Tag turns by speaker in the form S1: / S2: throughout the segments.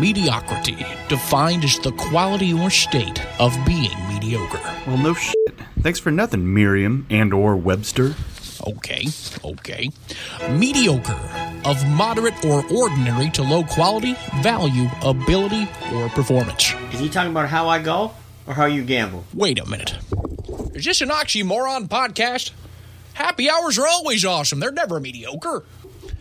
S1: mediocrity defined as the quality or state of being mediocre.
S2: Well, no shit. Thanks for nothing, Miriam and or Webster.
S1: Okay, okay. Mediocre, of moderate or ordinary to low quality, value, ability, or performance.
S3: Is he talking about how I golf or how you gamble?
S1: Wait a minute. Is this an oxymoron podcast? Happy hours are always awesome. They're never mediocre.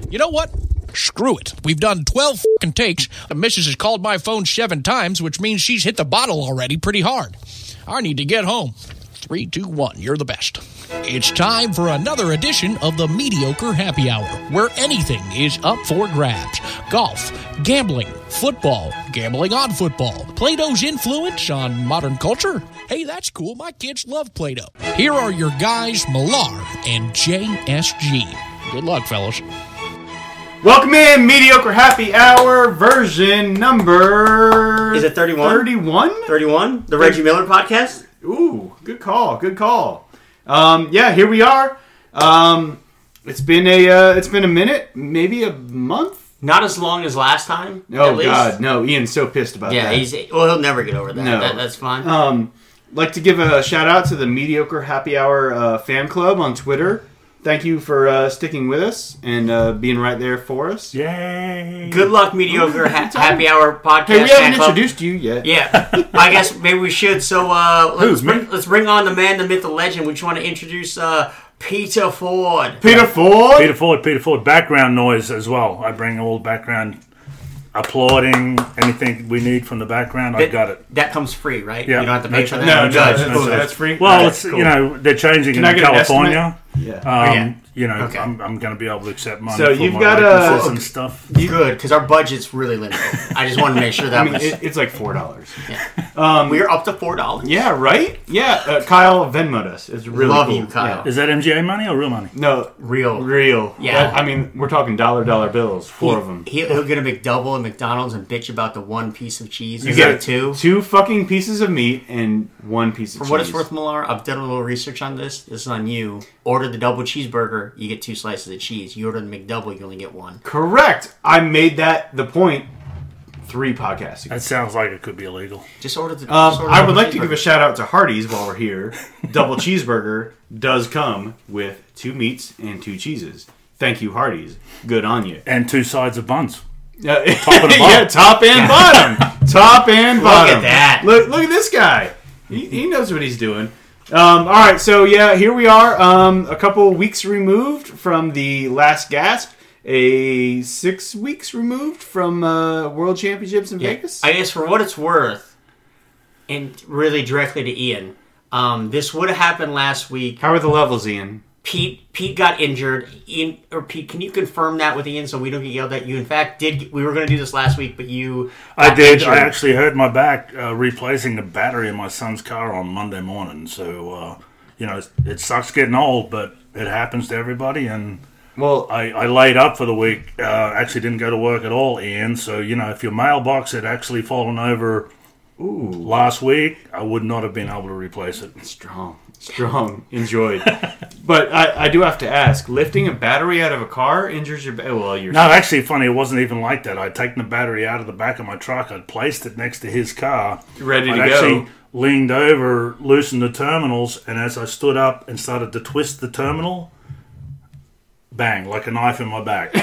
S1: You know what? Screw it. We've done 12 fucking takes. The missus has called my phone seven times, which means she's hit the bottle already pretty hard. I need to get home. Three, two, one. You're the best. It's time for another edition of the Mediocre Happy Hour, where anything is up for grabs golf, gambling, football, gambling on football, Play Doh's influence on modern culture. Hey, that's cool. My kids love Play Doh. Here are your guys, Millar and JSG. Good luck, fellas.
S2: Welcome in, Mediocre Happy Hour version number...
S3: Is it 31?
S2: 31?
S3: 31? The Reggie Miller podcast?
S2: Ooh, good call, good call. Um, yeah, here we are. Um, it's been a uh, it's been a minute, maybe a month.
S3: Not as long as last time. at
S2: Oh
S3: least.
S2: God, no! Ian's so pissed about
S3: Yeah,
S2: that.
S3: he's well. He'll never get over that.
S2: No.
S3: that that's fine.
S2: Um, like to give a shout out to the Mediocre Happy Hour uh, fan club on Twitter. Thank you for uh, sticking with us and uh, being right there for us. Yeah.
S3: Good luck, mediocre ha- happy hour podcast.
S2: Hey, we
S3: fan
S2: haven't
S3: club.
S2: introduced you yet.
S3: Yeah, I guess maybe we should. So uh, let's
S4: Who, me?
S3: bring, let's bring on the man, the myth, the legend. We just want to introduce uh, Peter Ford.
S2: Peter Ford.
S4: Peter Ford, Peter Ford, background noise as well. I bring all the background applauding, anything we need from the background. I got it.
S3: That comes free, right?
S4: Yeah.
S3: You don't have to pay for that.
S2: No, no,
S3: Judge.
S2: that's-
S3: Cool.
S2: that's free.
S4: Well,
S2: Okay,
S4: it's
S2: cool.
S4: you know they're changing
S2: I
S4: in
S2: get an Oh,
S4: California.
S2: Yeah.
S4: Um,
S3: Yeah.
S4: You know,
S3: Okay.
S4: I'm, I'm going to be able to accept money.
S2: So
S4: for
S2: you've
S4: my
S2: got, uh,
S4: likenesses and stuff.
S3: good because our budget's really limited. I just want to make sure that
S2: I mean,
S3: was,
S2: it, it's like four dollars.
S3: we're up to four dollars.
S2: Yeah, right. Yeah, uh, Kyle Venmoed us. It's really
S3: Love
S2: cool.
S3: you, Kyle.
S2: Yeah.
S4: Is that MGA money or real money?
S2: No,
S3: Real.
S2: real.
S3: Yeah.
S2: That- I mean, we're talking dollar dollar bills, four of them.
S3: He, he'll get a McDouble at McDonald's and bitch about the one piece of cheese.
S2: You
S3: Is that
S2: get
S3: two?
S2: two fucking pieces of meat and one piece of
S3: For
S2: cheese.
S3: what it's worth, Millar, I've done a little research on this. This is on you. Order the double cheeseburger, you get two slices of cheese. You order the McDouble, you only get one.
S2: Correct. I made that the point three podcasts ago.
S4: That sounds like it could be illegal.
S3: Just order the.
S2: Um,
S3: just order
S2: I
S3: the
S2: would like to
S3: cheeseburger.
S2: give a shout out to Hardee's while we're here. Double cheeseburger does come with two meats and two cheeses. Thank you, Hardee's. Good on you.
S4: And two sides of buns.
S2: Uh,
S4: and bottom.
S2: yeah, top and bottom. top and bottom.
S3: that.
S2: Look, look at this guy. He, he knows what he's doing. Um, all right, so yeah, here we are. Um, a couple weeks removed from the last gasp. A six weeks removed from uh, World Championships in Vegas.
S3: I guess for what it's worth, and really directly to Ian, um, this would have happened last week.
S2: How are the levels, Ian?
S3: Pete Pete got injured. Ian or Pete, can you confirm that with Ian so we don't get yelled at? You in fact did. We were going to do this last week, but you.
S4: I
S3: got
S4: did.
S3: injured.
S4: I actually hurt my back uh, replacing the battery in my son's car on Monday morning. So, uh, you know, it's, it sucks getting old, but it happens to everybody. And
S2: Well,
S4: I, I laid up for the week. Uh, actually, didn't go to work at all, Ian. So you know, if your mailbox had actually fallen over last week, I would not have been able to replace it.
S2: strong, strong, enjoyed. but I, I do have to ask: lifting a battery out of a car injures your. Ba- well, you're
S4: No, actually, funny. It wasn't even like that. I'd taken the battery out of the back of my truck. I'd placed it next to his car.
S2: Ready
S4: I'd
S2: to
S4: actually
S2: go.
S4: leaned over, loosened the terminals, and as I stood up and started to twist the terminal, bang! Like a knife in my back.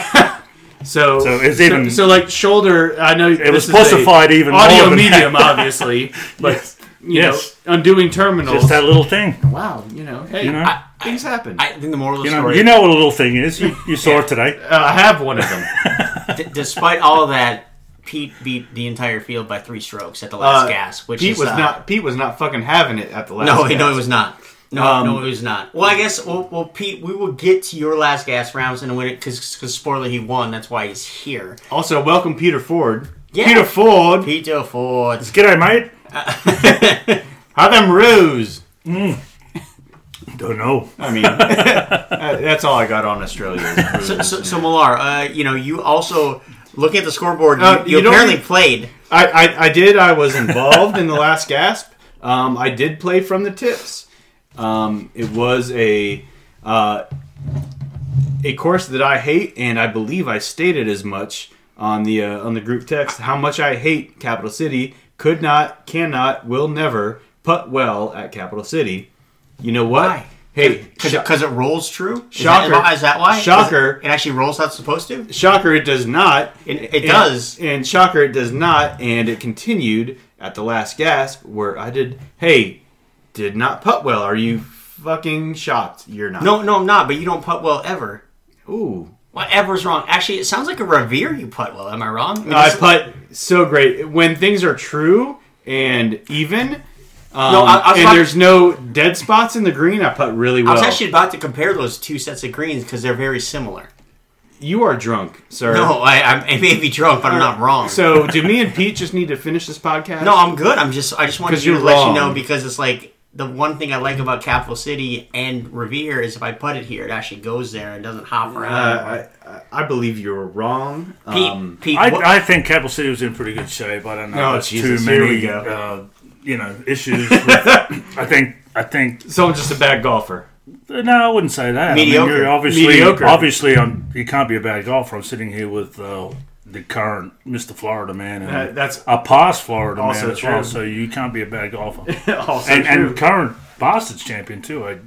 S2: So,
S4: So it's even-
S2: so, like shoulder. I know it
S4: was pussified even
S2: audio
S4: more than
S2: medium, obviously. But you
S4: Yes.
S2: know, undoing terminals.
S4: Just that little thing.
S2: wow, you know, hey,
S4: You know.
S2: things happen. I,
S3: I think the moral of the
S4: you know,
S3: story.
S4: you know what a little thing is. You, you saw it today.
S2: uh, I have one of them.
S3: d- despite all of that, Pete beat the entire field by three strokes at the last
S2: Uh,
S3: gas, which
S2: Pete
S3: is,
S2: was
S3: uh,
S2: not. Pete was not fucking having it at the last.
S3: No,
S2: gas.
S3: no, it was not. No,
S2: Um,
S3: no, it was not. Well, I guess. Well, well, Pete, we will get to your last gas rounds and win it because, spoiler, he won. That's why he's here.
S2: Also, welcome Peter Ford.
S3: Yeah.
S2: Peter Ford.
S3: Pete Ford.
S4: G'day, mate.
S2: How them ruse?
S4: Don't know.
S2: I mean, uh, that's all I got on Australia. is ruse.
S3: So, so Millar, uh, you know, you also looking at the scoreboard. You,
S2: Uh,
S3: you
S2: you don't
S3: apparently
S2: need-
S3: played.
S2: I, I, I did. I was involved in the last gasp. Um, I did play from the tips. Um, it was a uh, a course that I hate, and I believe I stated as much on the uh, on the group text how much I hate Capital City. Could not, cannot, will never putt well at Capital City. You know what?
S3: Why?
S2: Hey,
S3: Because
S2: sho-
S3: it rolls true? Is
S2: Shocker.
S3: That, is that why? 'Cause
S2: Shocker.
S3: It actually rolls how it's supposed to?
S2: Shocker, it does not.
S3: It- it does.
S2: And Shocker, it does not. And it continued at the last gasp where I did, hey, did not putt well. Are you fucking shocked? You're not.
S3: No, no, I'm not, but you don't putt well ever.
S2: Ooh.
S3: Whatever's wrong. Actually, it sounds like a Revere you putt well. Am I wrong? I mean,
S2: I
S3: this-
S2: putt so great. When things are true and even. Um,
S3: No, I- I was
S2: and
S3: talk-
S2: there's no dead spots in the green. I putt really
S3: I
S2: well.
S3: was actually about to compare those two sets of greens because they're very similar.
S2: you are drunk, sir.
S3: No, I, I'm- I may be drunk, but I'm not wrong.
S2: So do me and Pete just need to finish this podcast?
S3: No, I'm good. I'm just I just wanted
S2: 'Cause
S3: you to
S2: you're
S3: let
S2: wrong.
S3: you know because it's like the one thing I like about Capital City and Revere is if I put it here, it actually goes there and doesn't hop around.
S2: Uh, I, I- I believe you're wrong.
S3: Pete,
S2: Um,
S3: Pete, what-
S4: I, I think Capital City was in pretty good shape. I don't know.
S2: Oh,
S4: There's
S2: Jesus,
S4: too
S2: here
S4: many,
S2: we go.
S4: Uh, you know, issues. With, I think. I think.
S2: Uh, so I'm just a bad golfer.
S4: No, I wouldn't say that. I
S3: Mediocre.
S4: mean, you're obviously,
S2: Mediocre.
S4: obviously, I'm, you can't be a bad golfer. I'm sitting here with uh, the current Mr. Florida man, and
S2: That- that's
S4: a past Florida
S2: also
S4: man as well.
S2: true.
S4: So you can't be a bad golfer,
S2: also
S4: and,
S2: true.
S4: and current Bastards champion too. I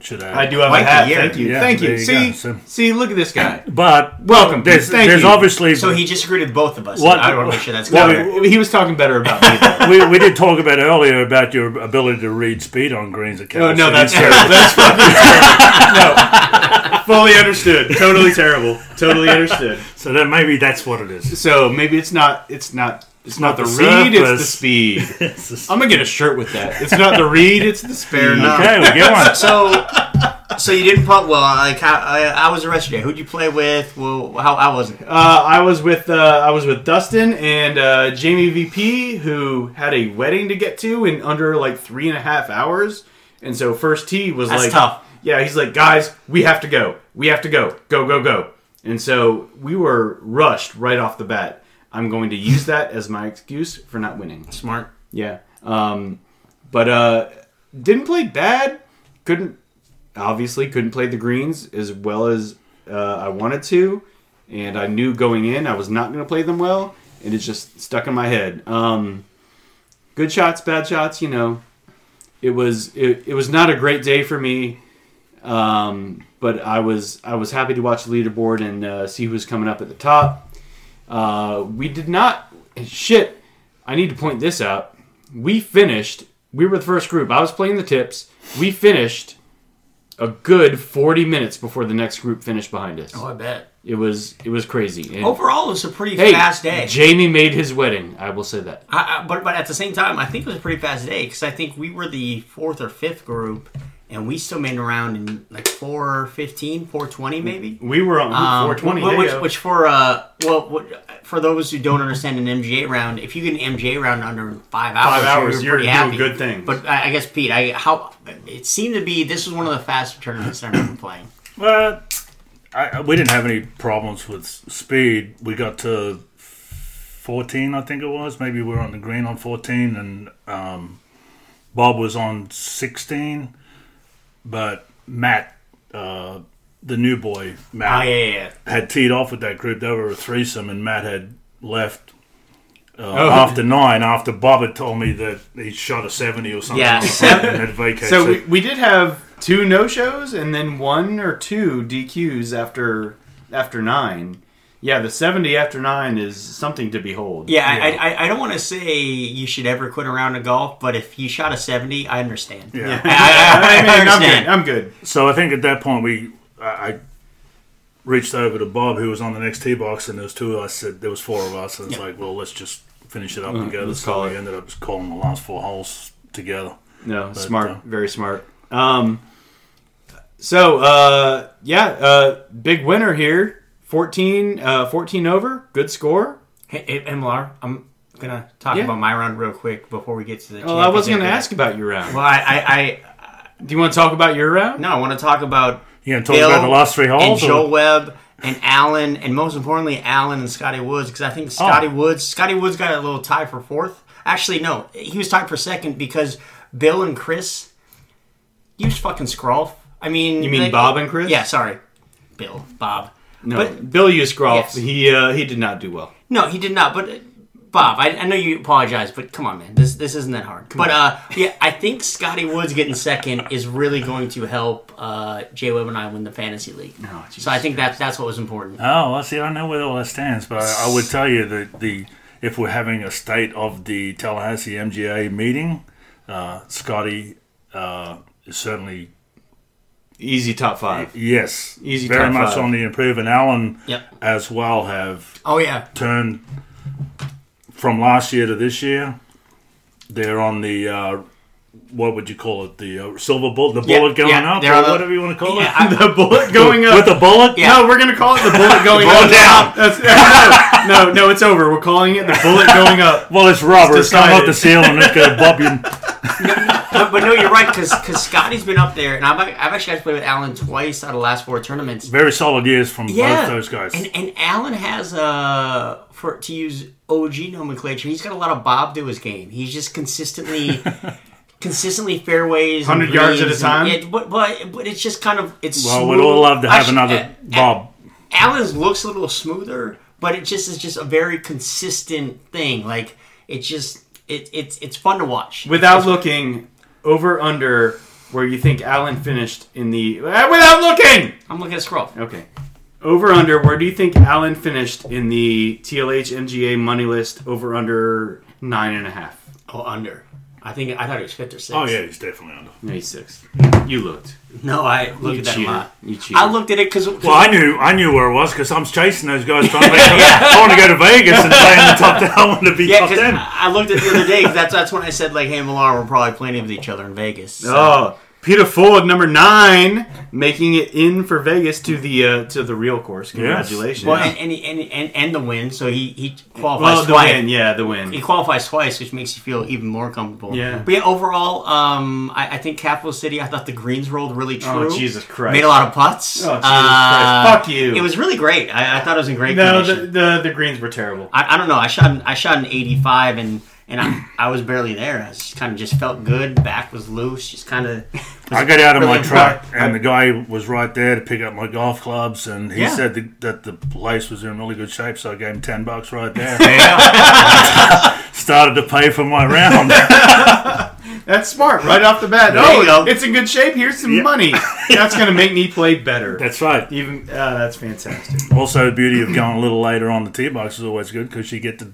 S4: should add.
S2: I do have
S3: Like
S2: a
S3: a
S2: hat.
S3: year.
S2: Thank you.
S4: Yeah,
S2: Thank
S4: there
S2: you.
S4: you
S2: see,
S4: go. So-
S2: see, look at this guy.
S4: But
S2: Welcome,
S4: There's,
S2: thank
S4: there's
S2: you.
S4: obviously
S3: so he just agreed with both of us.
S4: What-
S3: I want to make sure that's
S4: what-
S3: clear.
S2: Uh, he was talking better about me. though.
S4: we, we did talk about earlier about your ability to read speed on greens at
S2: Oh
S4: Capital
S2: no,
S4: City.
S2: that's terrible. That's fucking terrible. No, fully understood. Totally terrible. Totally understood.
S4: so that maybe that's what it is.
S2: So maybe it's not. It's not. It's not,
S4: not
S2: the
S4: the
S2: read. It's the
S4: surface.
S2: speed.
S4: It's just-
S2: I'm gonna get a shirt with that. It's not the read. It's the speed.
S3: enough.
S4: okay, we get one.
S3: So, so you didn't putt well. Like how, I, I was arrested. Who'd you play with? Well, how I wasn't.
S2: Uh, I was with uh, I was with Dustin and uh, Jamie VP, who had a wedding to get to in under like three and a half hours, and so first tee was
S3: That's
S2: like,
S3: tough.
S2: yeah, he's like, guys, we have to go, we have to go, go, go, go, and so we were rushed right off the bat. I'm going to use that as my excuse for not winning.
S3: Smart.
S2: Yeah. Um, but uh, didn't play bad. Couldn't obviously couldn't play the greens as well as uh, I wanted to, and I knew going in I was not going to play them well, and it just stuck in my head. Um, good shots, bad shots. You know, it was it, it was not a great day for me. Um, but I was I was happy to watch the leaderboard and uh, see who was coming up at the top. Uh, we did not shit. I need to point this out. We finished. We were the first group. I was playing the tips. We finished a good forty minutes before the next group finished behind us.
S3: Oh, I bet.
S2: It was it was crazy. And,
S3: Overall, it was a pretty
S2: hey,
S3: Oh, fast day.
S2: Jamie made his wedding. I will say that.
S3: I, I, but but at the same time, I think it was a pretty fast day because I think we were the fourth or fifth group, and we still made around in like 415, 420 maybe.
S2: We were on
S3: Um,
S2: Mm, four twenty.
S3: wh- Which, which for uh, well, what, for those who don't understand an MGA round, if you get an MGA round under five hours,
S2: hours, you're
S3: pretty
S2: doing
S3: happy.
S2: good things.
S3: But I, I guess Pete, I how it seemed to be this was one of the faster tournaments I remember playing.
S4: Well, Uh, I, I- we didn't have any problems with s- speed. We got to 14, I think it was. Maybe we were on the green on 14, and um, Bob was on 16. But Matt, uh, the new boy,
S3: Oh
S2: Ah,
S4: Matt,
S3: yeah, yeah, yeah.
S4: had teed off with that group. They were a threesome, and Matt had left. Uh,
S3: Oh.
S4: After nine, after Bob had told me that he shot a seventy or something,
S3: Yeah,
S4: like that
S3: seven-
S4: and had vacated.
S2: So we, we did have two no shows and then one or two DQs after after nine. Yeah, the seventy after nine is something to behold.
S3: Yeah, I I, I don't want to say you should ever quit a round of golf, but if you shot a seventy, I understand.
S4: Yeah.
S3: I, I,
S2: I
S3: I,
S2: mean, I'm
S3: understand.
S2: good. I'm good.
S4: So I think at that point we, I, I reached over to Bob who was on the next tee box, and there was two of us. Said there was four of us, and it's like, well, let's just finish it up and go.
S2: let's
S4: So
S2: call
S4: we
S2: it.
S4: ended up just calling the last four holes together.
S2: No, smart,
S4: uh,
S2: very smart. Um, so uh, yeah, uh, big winner here. 14, uh, 14 over, good score.
S3: Hey, hey, MLR, I'm gonna talk
S2: Yeah.
S3: about my round real quick before we get to the.
S2: Well, I wasn't going to ask
S3: championship.
S2: about your round.
S3: Well, I, I, I
S2: Do you want to talk about your round?
S3: no, I want to talk about
S4: You gonna talk about the last three
S3: and
S4: holes?
S3: Joe
S4: or-
S3: Webb and Allen, and most importantly, Allen and Scotty Woods, because I
S4: Oh.
S3: think Scotty Woods, Scotty Woods got a little tie for fourth. Actually, no, he was tied for second because Bill and Chris used fucking Scroff. I mean,
S2: You mean Bob and Chris?
S3: Yeah, sorry, Bill, Bob.
S2: No,
S3: But
S2: Bill Uscroft,
S3: Yes.
S2: he uh, he did not do well.
S3: No, he did not. But uh, Bob, I, I know you apologize, but come on, man, this this isn't that hard. but uh, yeah, I think Scotty Woods getting second is really going to help uh, Jay Webb and I win the fantasy league. so I think that that's what was important.
S4: Oh, I see. I don't know where all that stands, but I, I would tell you that the if we're having a state of the Tallahassee MGA meeting, uh, Scotty uh, is certainly
S2: Easy top five.
S4: yes,
S2: Easy
S4: very
S2: top
S4: much
S2: five.
S4: on the improve, and Alan
S3: Yep.
S4: as well have
S3: Oh yeah,
S4: turned from last year to this year. They're on the uh, what would you call it? The uh, silver bullet, the
S3: Yeah,
S4: bullet going
S3: yeah,
S4: up,
S3: they're
S4: or
S3: on the-
S4: whatever you want to call
S3: yeah,
S4: it.
S3: I,
S2: The bullet going up.
S4: With the bullet,
S3: Yeah.
S2: No, Oh, we're gonna call it the bullet going
S4: bullet
S2: up.
S4: down.
S2: That's, uh, no, no, no, it's over. We're calling it the bullet going up.
S4: Well, it's rubber. It's not
S2: decided.
S4: off the ceiling. It's going to bob you.
S3: but, but no, you're right because Scotty's been up there, and I've, I've actually had to play with Allen twice out of the last four tournaments.
S4: Very solid years from
S3: Yeah,
S4: both those guys.
S3: And and Allen has uh for to use OG nomenclature, he's got a lot of Bob to his game. He's just consistently. Consistently fairways, and
S2: 100 yards
S3: greens
S2: at a
S3: and-
S2: time?
S3: yeah, but, but but it's just kind of it's.
S4: well,
S3: smooth.
S4: we'd all love to have
S3: Actually,
S4: another
S3: uh,
S4: Bob.
S3: Allen's looks a little smoother, but it just is just a very consistent thing. Like it just it it's it's fun to watch.
S2: Without looking over under where you think Allen finished in the uh, without looking.
S3: I'm looking at scroll.
S2: Okay. Over under, where do you think Allen finished in the TLH MGA money list? Over under nine and a half.
S3: Oh, under. I think I thought it was fifth or sixth.
S4: Oh yeah, he's definitely under.
S2: Maybe six. You looked.
S3: No, I looked
S2: You
S3: at that a
S2: cheated.
S3: lot.
S2: You cheated.
S3: I looked at it because
S4: Well, I knew I knew where it was because I'm chasing those guys trying to make I want to go to Vegas and play in the top ten. I want to be
S3: Yeah,
S4: top
S3: because
S4: ten.
S3: I I looked at it the other day. 'cause that's that's when I said like, "Hey, Millar, we're probably playing with each other in Vegas." So-
S2: Oh, Peter Ford, number nine, making it in for Vegas to the uh, to the real course.
S4: Oh,
S2: Congratulations!
S3: well, and, and, and and and the win, so he he qualifies
S2: Well, the
S3: twice.
S2: win, yeah, the
S3: He
S2: win.
S3: qualifies twice, which makes you feel even more comfortable.
S2: Yeah.
S3: But yeah, overall, um, I, I think Capital City. I thought the greens rolled really true.
S2: Oh, Jesus Christ!
S3: Made a lot of putts.
S2: Oh, Jesus
S3: Uh,
S2: Christ. Fuck you.
S3: It was really great. I, I thought it was in great
S2: No, the,
S3: condition.
S2: the the greens were terrible.
S3: I, I don't know. I shot an, I shot an 85 and and I, I was barely there. I just kind of just felt good. Back was loose. Just kind of.
S4: I got out of my
S3: Really?
S4: truck and the guy was right there to pick up my golf clubs, and he
S3: Yeah.
S4: said that, that the place was in really good shape, so I gave him ten bucks right there. Started to pay for my round.
S2: That's smart, right off the bat.
S3: There
S2: oh,
S3: you go.
S2: it's in good shape. Here's some
S4: Yeah.
S2: money. That's gonna make me play better.
S4: That's right.
S2: Even uh, that's fantastic.
S4: Also, the beauty of going a little later on the tee box is always good because you get to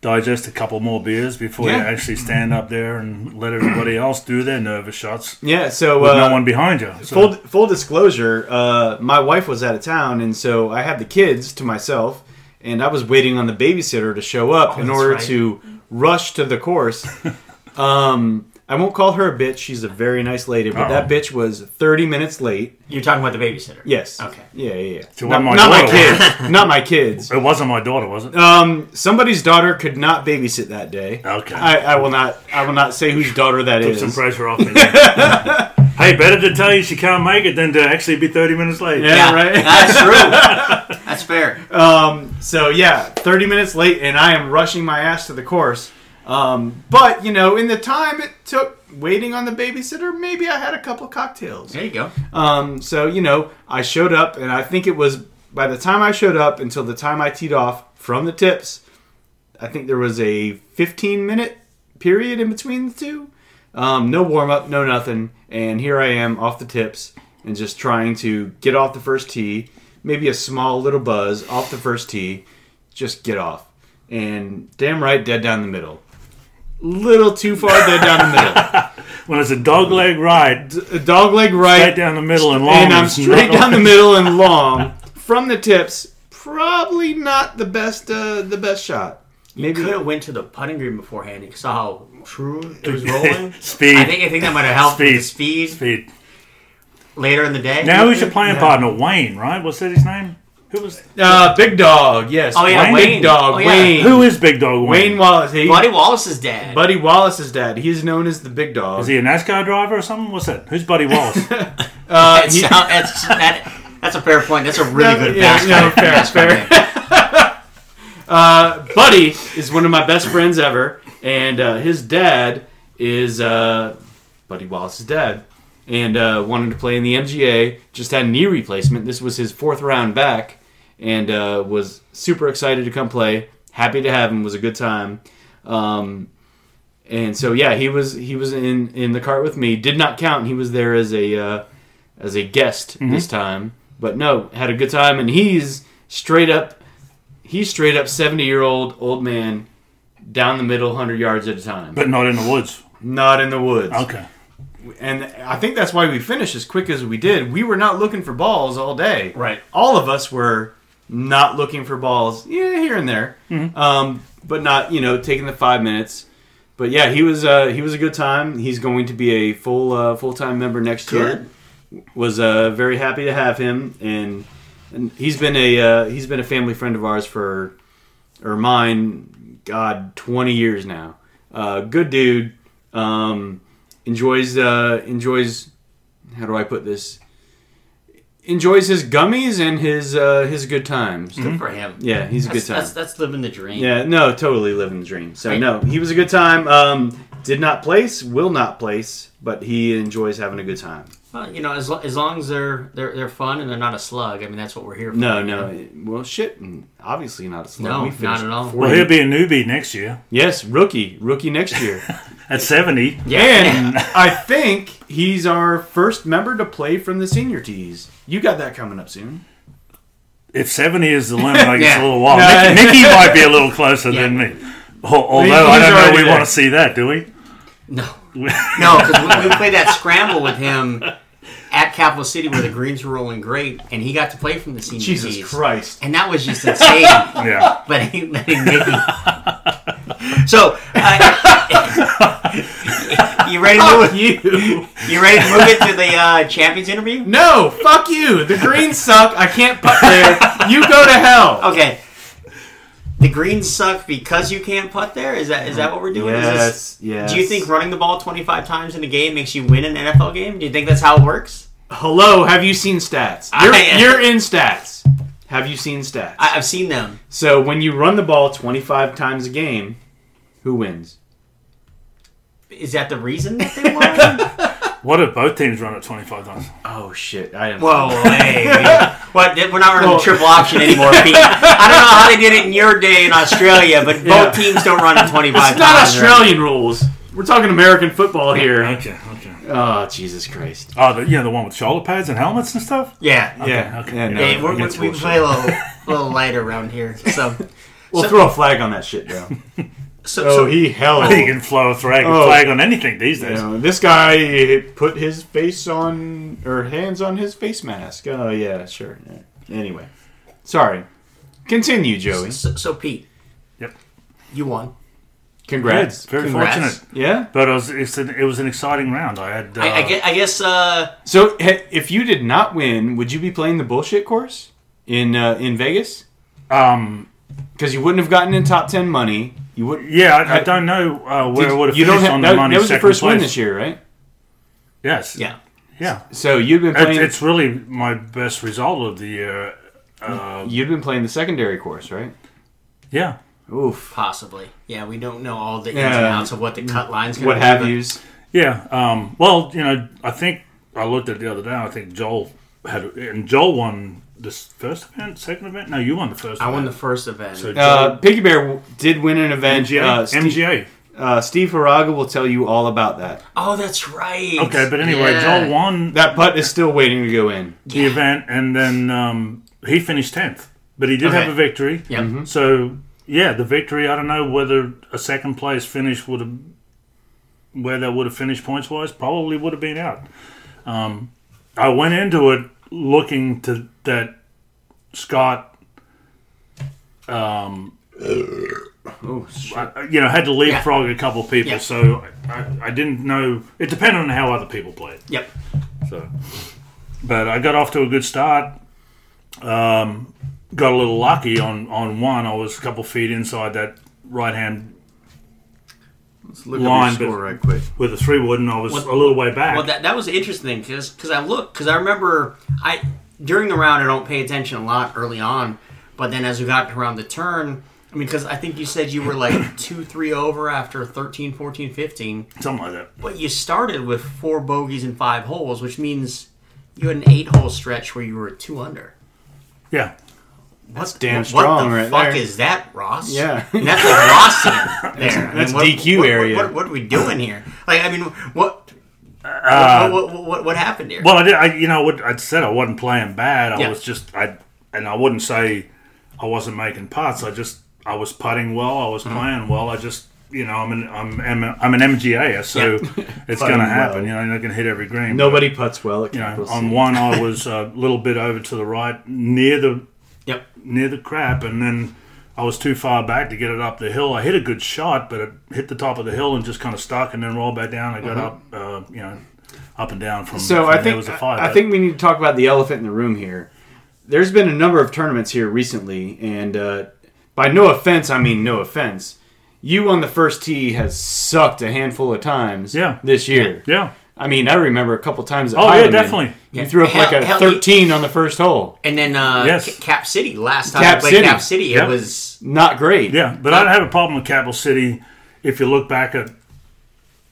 S4: digest a couple more beers before you
S2: Yeah.
S4: actually stand up there and let everybody else do their nervous shots
S2: Yeah. So
S4: with
S2: uh,
S4: no one behind you. So,
S2: full full disclosure, uh, my wife was out of town, and so I had the kids to myself, and I was waiting on the babysitter to show up in
S3: that's
S2: order
S3: right.
S2: to rush to the course. um, I won't call her a bitch; she's a very nice lady, but that bitch was thirty minutes late.
S3: You're talking about the babysitter.
S2: Yes.
S3: Okay.
S2: Yeah, yeah, yeah.
S4: To
S2: not,
S4: when my
S2: not my
S4: daughter-
S2: kids. not my kids.
S4: it wasn't my daughter, was it?
S2: Um, somebody's daughter could not babysit that day.
S4: Okay.
S2: I, I will not. I will not say whose daughter that is.
S4: Some pressure off me. hey, better to tell you she can't make it than to actually be 30 minutes late.
S2: Yeah, right.
S3: That's true. That's fair.
S2: Uh, So yeah, 30 minutes late, and I am rushing my ass to the course. Um, but you know, in the time it took waiting on the babysitter, maybe I had a couple cocktails.
S3: There you go.
S2: Um, so you know, I showed up, and I think it was by the time I showed up until the time I teed off from the tips. I think there was a 15 minute period in between the two. Um, no warm up, no nothing, and here I am off the tips and just trying to get off the first tee. Maybe a small little buzz off the first tee, just get off. And damn right, dead down the middle. Little too far dead down the middle.
S4: When it's a dog leg ride,
S2: D- dog leg right,
S4: right down the middle and long.
S2: and I'm
S4: is
S2: straight
S4: not-
S2: down the middle and long from the tips. Probably not the best, uh, the best shot. Maybe
S3: Could have went to the putting green beforehand. You saw how true it was rolling.
S4: Speed.
S3: I think I think that might have helped with the speed,
S4: Speed.
S3: later in the day.
S4: Now who's your playing
S2: Yeah.
S4: partner? Wayne, right? What's that his name? Who was?
S2: uh, big dog. Yes.
S3: Oh, yeah, Wayne.
S2: Big dog.
S3: Oh, yeah.
S2: Wayne.
S4: Who is Big Dog Wayne?
S2: Wayne Wallace. He,
S3: Buddy Wallace's dad.
S2: Buddy Wallace's dad. He is known as the big dog.
S4: Is he a NASCAR driver or something? What's that? Who's Buddy Wallace?
S3: That sound- that's, that, that's a fair point. That's a really
S2: Yeah,
S3: good
S2: yeah,
S3: basketball.
S2: no, fair, fair.
S3: fair.
S2: Uh, Buddy is one of my best friends ever, and uh, his dad is uh, Buddy Wallace's dad, and uh, wanted to play in the MGA. Just had knee replacement. This was his fourth round back, and uh, was super excited to come play. Happy to have him. Was a good time. Um, and so yeah, he was he was in in the cart with me. Did not count. He was there as a uh, as a guest this time. But no, had a good time. And he's straight up he's straight up seventy year old old man down the middle, hundred yards at a time.
S4: but not in the woods.
S2: not in the woods
S4: Okay.
S2: and I think that's why we finished as quick as we did. We were not looking for balls all day.
S3: Right.
S2: All of us were not looking for balls. Yeah, here and there. Um, but not you know taking the five minutes. But yeah, he was uh, he was a good time. He's going to be a full uh, full time member next year. Was uh, very happy to have him, and, and he's been a uh, he's been a family friend of ours for or mine, God, twenty years now. Uh, good dude. Um, enjoys uh, enjoys how do I put this? Enjoys his gummies and his uh, his good times.
S3: Good for him.
S2: Yeah, he's a good
S3: That's,
S2: time.
S3: Mm. that's, that's living the dream.
S2: Yeah, no, totally living the dream. So
S3: Right.
S2: no, he was a good time. Um, did not place, will not place, but he enjoys having a good time.
S3: Well, you know, as, lo- as long as they're they're they're fun and they're not a slug. I mean, that's what we're here for.
S2: No, no, well, shit, mm, obviously not a slum.
S3: No,
S2: We
S3: not
S2: finished
S3: at all.
S2: 40.
S4: Well, he'll be a newbie next year
S2: yes, rookie, rookie next year.
S4: at 70.
S3: Yeah.
S2: And I think he's our first member to play from the senior tees. You got that coming up soon.
S4: If 70 is the limit, I guess
S3: Yeah.
S4: a little while.
S2: No.
S4: Nick- Nicky might be a little closer than me. Al- Although I
S2: he's
S4: don't know
S2: already
S4: we
S2: there.
S4: want to see that, do we?
S3: No. no, because we, we played that scramble with him at Capital City where the greens were rolling great, and he got to play from the senior
S2: Jesus
S3: tees.
S2: Christ.
S3: And that was just insane.
S4: Yeah.
S3: letting, letting Nikki. so, uh, you ready to move?
S2: Fuck you.
S3: You ready to move it to the uh, champions interview?
S2: No, fuck you. The greens suck. I can't putt there. You go to hell.
S3: Okay. The greens suck because you can't putt there. Is that is that what we're doing? Is
S2: Yes, yes.
S3: Do you think running the ball twenty five times in a game makes you win an NFL game? Do you think that's how it works?
S2: Hello, have you seen stats? You're,
S3: I-
S2: you're in stats. Have you seen stats?
S3: I, I've seen them.
S2: so when you run the ball 25 times a game, who wins?
S3: Is that the reason that they won?
S4: What if both teams run at 25 times?
S2: Oh shit! I am.
S3: Whoa, hey, man. what? We're not running
S2: Well-
S3: the triple option anymore, Pete. I don't know how they did it in your day in Australia, but
S2: Yeah.
S3: both teams don't run in twenty five
S2: it's not
S3: times. right?
S2: Australian rules. We're talking American football here.
S4: Okay, okay.
S2: Oh Jesus Christ!
S4: Oh, the, yeah, the one with shoulder pads and helmets and stuff?
S3: Yeah.
S2: Yeah,
S4: okay.
S2: yeah, no,
S3: Hey, we're,
S2: that's
S3: we we
S2: bullshit.
S3: play a little, little light around here. So,
S2: Oh, We'll
S3: So-
S2: throw a flag on that shit, though.
S3: so,
S2: oh,
S3: so
S2: he hell.
S4: I think you can flow a flag,
S2: Oh.
S4: flag on anything these
S2: You
S4: days.
S2: know, this guy put his face on or hands on his face mask. Oh yeah, sure. Yeah. Anyway, sorry. Continue, Joey.
S3: so, so Pete,
S4: Yep.
S3: you won.
S2: Congrats.
S4: Very
S3: Congrats.
S4: fortunate.
S2: Yeah.
S4: But it was, it's an, it was an exciting round. I had. Uh,
S3: I, I guess, I guess uh,
S2: So he- if you did not win, would you be playing the bullshit course in uh, in Vegas?
S4: um,
S2: Because you wouldn't have gotten in top ten money. You would.
S4: yeah, I, I don't know uh, where I would have
S2: you don't
S4: finished
S2: have,
S4: on
S2: that,
S4: the money.
S2: that was the
S4: second
S2: first
S4: place.
S2: win this year, right?
S4: Yes.
S3: yeah.
S4: Yeah.
S2: So you've been
S4: It,
S2: playing.
S4: it's really my best result of the year. Uh,
S2: you've been playing the secondary course, right?
S4: yeah.
S2: Oof.
S3: Possibly, yeah. We don't know all the ins and
S2: Yeah.
S3: outs of what the cut lines. gonna
S2: What
S3: be,
S2: have
S3: but-
S2: yous?
S4: Yeah. Um, well, you know, I think I looked at it the other day. I think Joel had, and Joel won this first event, second event. No, you won the first.
S3: I
S4: event.
S3: won the first event.
S4: So-
S2: Uh, Piggy Bear w- did win an event.
S4: MGA.
S2: Uh, Steve-
S4: MGA.
S2: Uh, Steve Haraga will tell you all about that.
S3: oh, that's right.
S4: Okay, but anyway,
S3: Yeah.
S4: Joel won
S2: That putt is still waiting to go in.
S4: the event, and then um, he finished tenth. But he did
S3: Okay.
S4: have a victory.
S3: Yep.
S4: So yeah, the victory. I don't know whether a second place finish would have where they would have finished points wise. Probably would have been out. Um, I went into it looking to that Scott, um,
S2: Oh, shit.
S4: I, you know, had to leapfrog a couple people.
S3: Yeah.
S4: So I, I didn't know. It depended on how other people played.
S3: Yep.
S4: So, but I got off to a good start. Um, got a little lucky on on one. I was a couple feet inside that right hand
S2: Let's look
S4: Line,
S2: at your score
S4: but-
S2: right quick.
S4: with a three wood, and I was
S3: What-
S4: a little way back.
S3: Well, that, that was interesting because I looked because I remember I during the round I don't pay attention a lot early on, but then as we got around the turn, I mean because I think you said you were like two three over after 13, 14, 15,
S4: Something like that.
S3: but you started with four bogeys and five holes, which means you had an eight hole stretch where you were two under.
S4: Yeah,
S3: That's
S2: damn strong
S3: What the
S2: right
S3: fuck
S2: there.
S3: is that, Ross?
S2: Yeah.
S3: And that's like Ross in there. I
S2: that's
S3: what-
S2: DQ
S3: what-
S2: area.
S3: What, what, what are we doing here? Like, I mean, what?
S2: Uh,
S3: what, what, what, what happened here?
S4: Well, I did. I, you know what I said. I wasn't playing bad. I
S3: Yeah.
S4: was just I, and I wouldn't say I wasn't making putts. I just I was putting well. I was
S3: Mm-hmm.
S4: playing well. I just you know I'm an I'm I'm, I'm an MGA, so it's going to happen.
S2: well.
S4: You know, you're not going to hit every green.
S2: Nobody puts well at
S4: You know,
S2: Capital
S4: on
S2: C.
S4: one I was a little bit over to the right near the
S3: yep.
S4: near the crap, and then I was too far back to get it up the hill. I hit a good shot, but it hit the top of the hill and just kind of stuck, and then rolled back down. I got up, uh, you know, up and down from.
S2: Uh-huh. So
S4: from
S2: I
S4: there
S2: think
S4: was a fire,
S2: I
S4: but-
S2: think we need to talk about the elephant in the room here. There's been a number of tournaments here recently, and uh, by no offense, I mean no offense. You on the first tee has sucked a handful of times
S4: Yeah.
S2: this year.
S4: yeah.
S2: I mean, I remember a couple times. At
S4: Oh, yeah,
S2: Heidemann,
S4: definitely.
S2: You threw up like a
S3: Hell- hell,
S2: 13 on the first hole.
S3: And then uh,
S4: Yes.
S3: Ca- Cap City last time
S2: Cap
S3: I played
S2: City.
S3: Cap City,
S4: Yeah.
S3: it was
S2: Not great.
S4: Yeah, but I don't have a problem with Capital City. If you look back at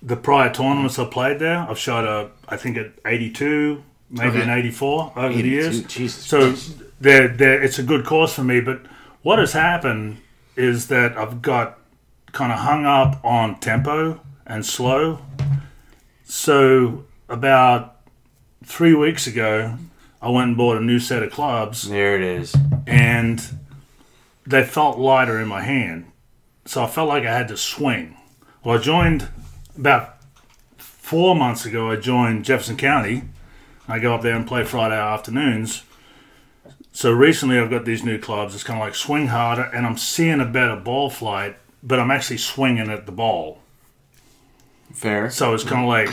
S4: the prior tournaments I played there, I've shot a, I think at 82, maybe an 84 over the
S2: 82,
S4: years.
S2: Jesus
S4: So they're, they're, it's a good course for me. But what has happened is that I've got kind of hung up on tempo and slow. So about three weeks ago, I went and bought a new set of clubs
S2: There it is.
S4: and they felt lighter in my hand. So I felt like I had to swing. Well, I joined about four months ago, I joined Jefferson County. I go up there and play Friday afternoons. So recently I've got these new clubs. It's kind of like swing harder, and I'm seeing a better ball flight, but I'm actually swinging at the ball.
S2: Fair.
S4: So it's kind of like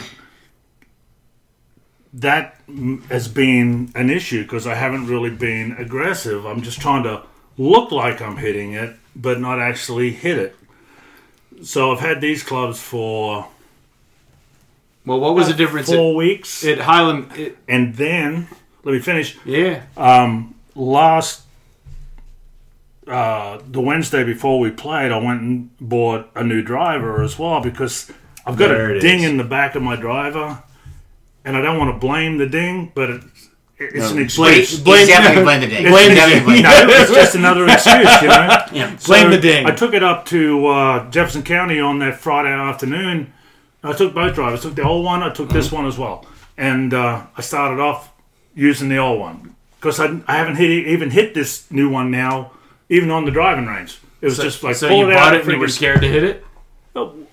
S4: that m- has been an issue because I haven't really been aggressive. I'm just trying to look like I'm hitting it, but not actually hit it. So I've had these clubs for
S2: Well, what was
S3: Uh,
S2: the difference at,
S4: four weeks,
S2: at Highland? It,
S4: and then let me finish.
S2: yeah.
S4: last uh, the Wednesday before we played, I went and bought a new driver as well because I've got
S2: There
S4: a
S2: it
S4: ding
S2: is.
S4: in the back of my driver, and I don't want to blame the ding, but it, it's an excuse.
S3: he's
S2: blame-
S3: definitely blame the day.
S2: Blame-
S3: definitely blame
S4: No, it's just another excuse, you know.
S3: Yeah.
S2: Blame
S4: So
S2: the ding.
S4: I took it up to uh, Jefferson County on that Friday afternoon. I took both drivers. took the old one. I took this one as well. And uh, I started off using the old one because I, I haven't hit, even hit this new one now, even on the driving range. It was just like
S2: so
S4: pull
S2: you
S4: it
S2: bought
S4: out
S2: it and you were
S4: freaking-
S2: scared to hit it?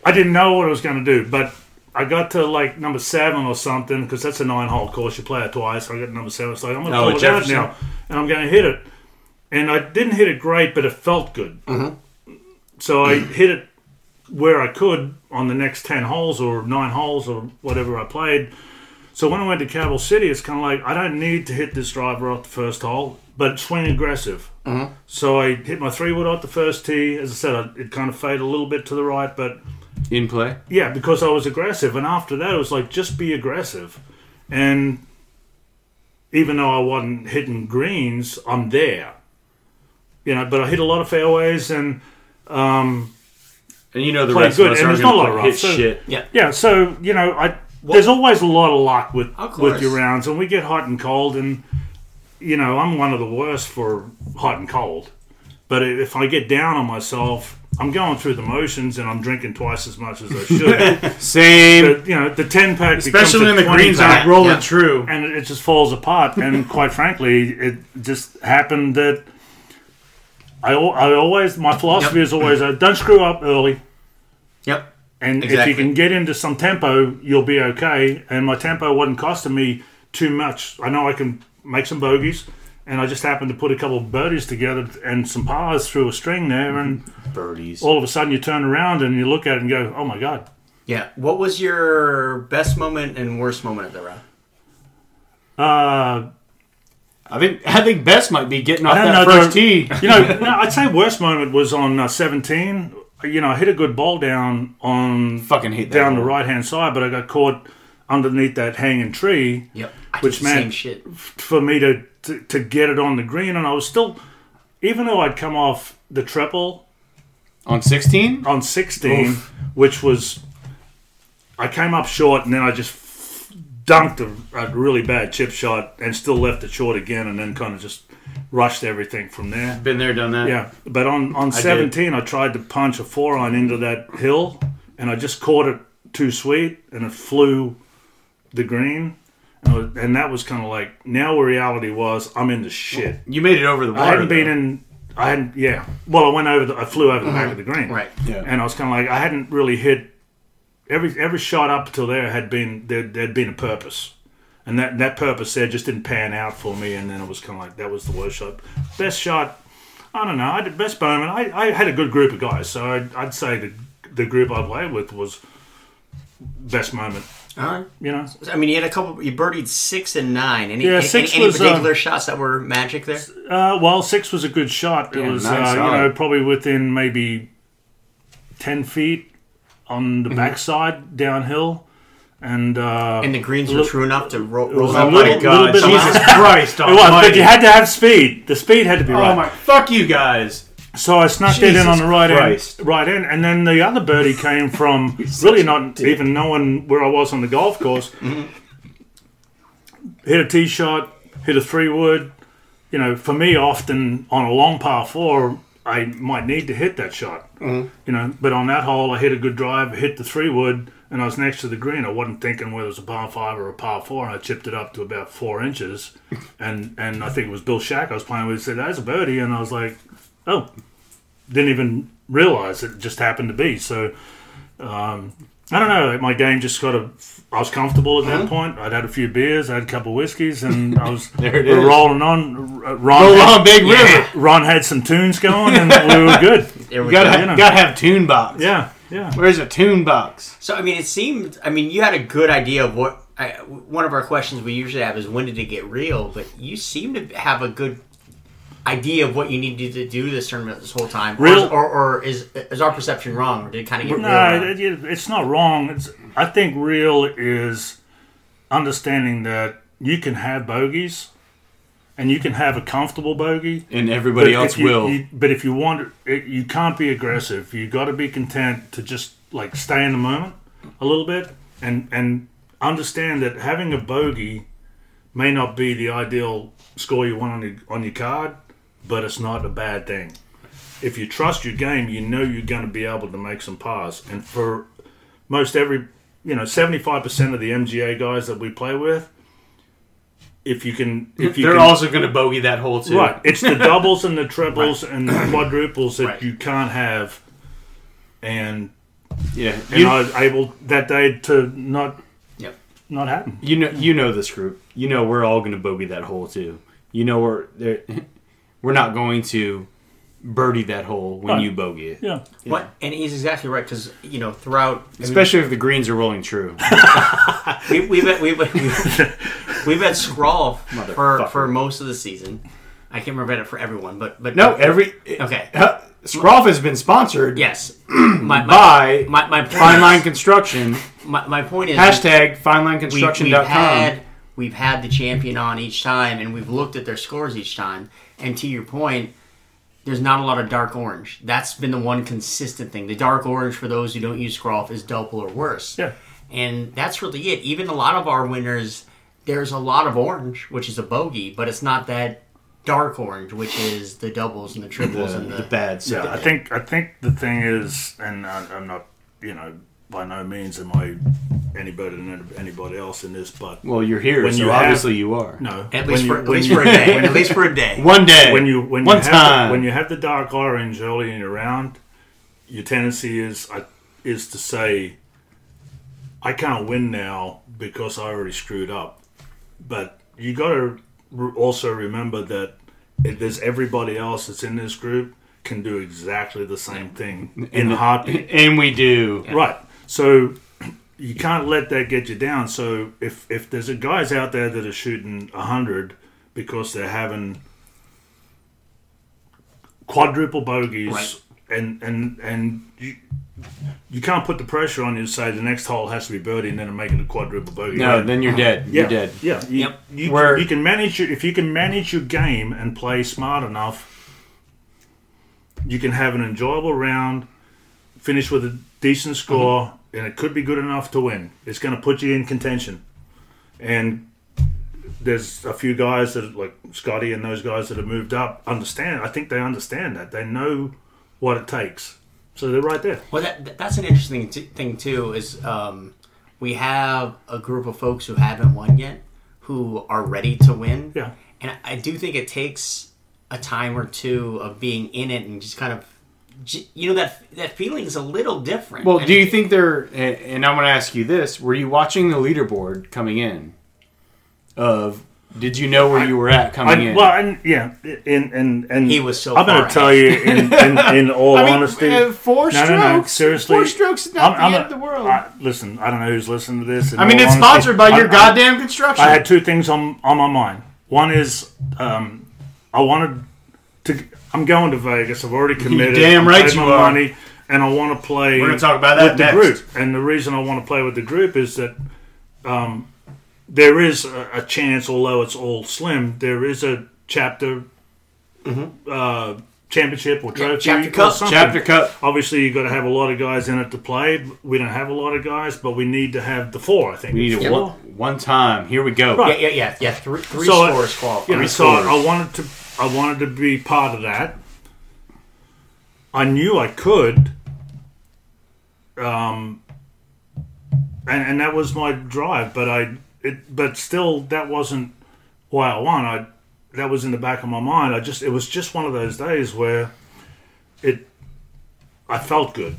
S4: I didn't know what I was going to do, but I got to like number seven or something because that's a nine hole course. You play it twice. I got number seven. It's like, I'm going to
S2: Oh,
S4: pull it out
S2: Jefferson.
S4: now and I'm going to hit it. And I didn't hit it great, but it felt good.
S2: Mm-hmm.
S4: So I hit it where I could on the next 10 holes or nine holes or whatever I played. So when I went to Cavill City, it's kind of like I don't need to hit this driver off the first hole, but swing aggressive.
S2: Mm-hmm.
S4: So I hit my three wood off the first tee. As I said, I, it kind of faded a little bit to the right, but
S2: In play?
S4: yeah, because I was aggressive, and after that, it was like just be aggressive, and even though I wasn't hitting greens, I'm there, you know. But I hit a lot of fairways, and
S2: And you know the
S4: Play
S2: rest
S4: good,
S2: of us
S4: and
S2: are
S4: there's
S2: going
S4: not a
S2: to
S4: lot of
S2: hit
S4: rough, so-
S2: shit.
S3: Yeah.
S4: yeah, so you know, I there's always a lot of luck with
S3: Of
S4: with your
S3: course.
S4: rounds, and we get hot and cold, and you know, I'm one of the worst for hot and cold. But i- if I get down on myself, I'm going through the motions, and I'm drinking twice as much as I should.
S2: Same.
S4: But, you know, the ten pack,
S2: Especially when the greens
S4: pack.
S2: aren't rolling
S3: Yeah.
S2: true.
S4: and it just falls apart. And quite frankly, it just happened that I, al- I always my philosophy
S3: Yep.
S4: is always uh, don't screw up early,
S3: Yep.
S4: and
S3: Exactly.
S4: if you can get into some tempo, you'll be okay. And my tempo wasn't costing me too much. I know I can make some bogeys. And I just happened to put a couple of birdies together and some pars through a string there, and
S2: Birdies.
S4: all of a sudden you turn around and you look at it and go, "Oh my god!"
S3: Yeah. What was your best moment and worst moment of the round?
S4: Uh,
S2: I think I think best might be getting off
S4: I don't
S2: that
S4: know,
S2: first
S4: dude.
S2: tee.
S4: you know, no, I'd say worst moment was on uh, 17. You know, I hit a good ball down on
S2: Fucking hate that.
S4: down the
S2: hole.
S4: right hand side, but I got caught underneath that hanging tree.
S3: Yep. I did
S4: Which
S3: the
S4: man-
S3: Same shit.
S4: For me to, to to get it on the green, and I was still, even though I'd come off the triple
S2: on sixteen.
S4: on 16, which was, I came up short, and then I just dunked a, a really bad chip shot and still left it short again, and then kind of just rushed everything from there.
S2: Been there, done that.
S4: Yeah, but on on seventeen, I tried to punch a four iron into that hill, and I just caught it too sweet, and it flew the green, and, I was- and that was kind of like now where reality was I'm in the shit.
S2: You made it over the water.
S4: I hadn't been
S2: though.
S4: in. I hadn't. Yeah. Well, I went over. The, I flew over the back of the green.
S3: Right.
S2: Yeah.
S4: And I was kind of like I hadn't really hit every every shot up till there had been there there'd been a purpose, and that that purpose there just didn't pan out for me. And then it was kind of like that was the worst shot. Best shot. I don't know. I did best bowman. I, I had a good group of guys, so I'd, I'd say the the group I played with was best moment.
S3: All right.
S4: You know.
S3: I mean, you had a couple. You birdied six and nine. Any,
S4: Yeah,
S3: any-
S4: six
S3: any,
S4: was, uh,
S3: particular shots that were magic there?
S4: Uh, well, six was a good shot. It was,
S2: nice
S4: uh, you
S2: shot.
S4: know, probably within maybe 10 feet on
S2: Mm-hmm.
S4: the backside downhill. And, uh,
S3: And the greens were true enough to ro- roll
S4: a
S2: Oh
S3: up.
S4: little-
S2: my
S3: like-
S2: god,
S4: bit of-
S2: Jesus Christ!
S4: it was, Oh, but
S2: almighty.
S4: you had to have speed. The speed had to be
S2: Oh
S4: right.
S2: my! Fuck you guys!
S4: So I snuck it in
S2: Jesus
S4: on the right
S2: Christ.
S4: end, right end, and then the other birdie came from really not even knowing where I was on the golf course.
S2: Mm-hmm.
S4: Hit a tee shot, hit a three wood. You know, for me, often on a long par four, I might need to hit that shot. You know, but on that hole, I hit a good drive, hit the three wood, and I was next to the green. I wasn't thinking whether it was a par five or a par four, and I chipped it up to about four inches. And and I think it was Bill Shack I was playing with said that's a birdie, and I was like, oh, didn't even realize it just happened to be. So um, I don't know. My game just got a. I was comfortable at that
S2: Uh-huh.
S4: point. I'd had a few beers, I had a couple of whiskeys, and I was
S2: There it
S4: we were
S2: is.
S4: rolling on. R- Ron,
S2: Roll
S4: had,
S2: on, Big River.
S4: Ron had some tunes going, and we were good.
S3: There we
S2: You gotta,
S3: go.
S2: have, gotta have tune box.
S4: Yeah, yeah.
S2: Where's a tune box?
S3: So I mean, it seemed. I mean, you had a good idea of what. I, one of our questions we usually have is when did it get real? But you seem to have a good idea of what you needed to do this tournament this whole time. Or-
S4: Real-
S3: or, or, is is our perception wrong, or did it kind of get
S4: No,
S3: real?
S4: it, it- it's not wrong. It's, I think real is understanding that you can have bogeys, and you can have a comfortable bogey.
S2: And everybody
S4: But
S2: else
S4: if you-
S2: will.
S4: you- but if you want, it, you can't be aggressive. You got to be content to just like stay in the moment a little bit, and and understand that having a bogey may not be the ideal score you want on your on your card, but it's not a bad thing. If you trust your game, you know you're going to be able to make some pars. And for most every, you know, seventy five percent of the MGA guys that we play with, if you can, if you
S2: They're
S4: can,
S2: also gonna bogey that hole too.
S4: Right. It's the doubles and the trebles and the quadruples that
S3: Right.
S4: you can't have. And
S2: Yeah.
S4: and
S2: You,
S4: I was able that day to not
S3: Yep.
S4: not happen.
S2: you know, you know this group. You know we're all gonna bogey that hole too. You know we're there- we're not going to birdie that hole when
S4: Right.
S2: you bogey it.
S4: Yeah.
S3: What? And he's exactly right because you know throughout I mean,
S2: Especially if the greens are rolling true.
S3: we, we've had, we've we've, we've had Scrawl for
S2: Motherfucker.
S3: for most of the season. I can't remember it for everyone, but but
S2: No, every
S3: Okay.
S2: Uh, Scroff has been sponsored
S3: yes. My my
S2: by
S3: my, my, point
S2: Fine Line
S3: is,
S2: Construction.
S3: my, my point is
S2: Hashtag
S3: we, have
S2: FineLineConstruction.com.
S3: had we've had the champion on each time, and we've looked at their scores each time. And to your point, there's not a lot of dark orange. That's been the one consistent thing. The dark orange for those who don't use Scroff is double or worse.
S4: Yeah.
S3: And that's really it. Even a lot of our winners, there's a lot of orange, which is a bogey, but it's not that dark orange, which is the doubles and the triples
S2: The,
S3: and the,
S2: the bad side.
S4: Yeah, I think I think the thing is, and I, I'm not, you know, by no means am I any better than anybody else in this, but
S2: Well, you're here,
S4: When
S2: so
S4: you have-
S2: obviously you are.
S4: no,
S3: at
S4: when
S3: least
S4: you-
S3: for at
S4: when
S3: least
S4: you-
S3: for a day. At least for a day.
S2: One day,
S4: when you when
S2: one
S4: you have
S2: time,
S4: The, when you have the dark orange early in your round, your tendency is I is to say, I can't win now because I already screwed up. But you got to re- also remember that if there's everybody else that's in this group can do exactly the same thing in a heartbeat.
S2: and we do.
S4: Right. So you can't let that get you down. So if if there's a guys out there that are shooting hundred because they're having quadruple bogeys
S3: Right.
S4: and and and you you can't put the pressure on you to say the next hole has to be birdie and then make it a quadruple bogey.
S2: No,
S4: Right.
S2: then you're dead.
S4: yeah,
S2: You're dead.
S4: Yeah, you,
S3: Yep.
S4: you,
S2: Where-
S4: you can manage your, if you can manage your game and play smart enough, you can have an enjoyable round, finish with a decent score, and it could be good enough to win. It's going to put you in contention. and there's a few guys that like Scotty and those guys that have moved up understand. I think they understand that they know what it takes, so they're right there.
S3: Well, that, that's an interesting t- thing too. Is um, we have a group of folks who haven't won yet, who are ready to win.
S4: Yeah.
S3: and I do think it takes a time or two of being in it and just kind of, j- you know, that that feeling is a little different.
S2: Well,
S3: And
S2: do you
S3: it-
S2: think they're? And and I'm going to ask you this: Were you watching the leaderboard coming in? Of did you know where you were at coming
S4: I,
S2: in?
S4: well, and yeah, and and and
S3: He was so
S4: I'm going
S3: far
S4: to tell you in, in, in all
S2: I mean,
S4: honesty,
S2: uh, four
S4: no, no, no,
S2: strokes-
S4: seriously,
S2: four strokes is not the end of the world.
S4: I, listen, I don't know who's listening to this. in
S2: I mean,
S4: all
S2: it's
S4: honesty,
S2: sponsored by
S4: I-
S2: your
S4: I-
S2: goddamn construction.
S4: I had two things on on my mind. One is um, I wanted to. I'm going to Vegas. I've already committed.
S2: damn
S4: I've
S2: right
S4: paid
S2: you
S4: my
S2: are.
S4: Money, and I want to play.
S2: We're gonna talk about that
S4: with the
S2: next.
S4: group. And the reason I want to play with the group is that um, there is a, a chance, although it's all slim, there is a chapter uh, championship or trophy
S3: chapter
S4: or
S3: cup.
S4: something.
S2: Mm-hmm. Chapter Cup.
S4: Obviously, you've got to have a lot of guys in it to play. We don't have a lot of guys, but we need to have the four. I think
S2: We need
S4: Four?
S2: a one, one time. Here we go.
S3: Yeah, yeah, yeah, yeah. Three, three
S4: So, uh,
S3: scores qualified.
S4: Yeah, so I- I wanted to I wanted to be part of that. I knew I could. Um and, and that was my drive, but I it but still that wasn't why I won. I that was in the back of my mind. I just it was just one of those days where it I felt good.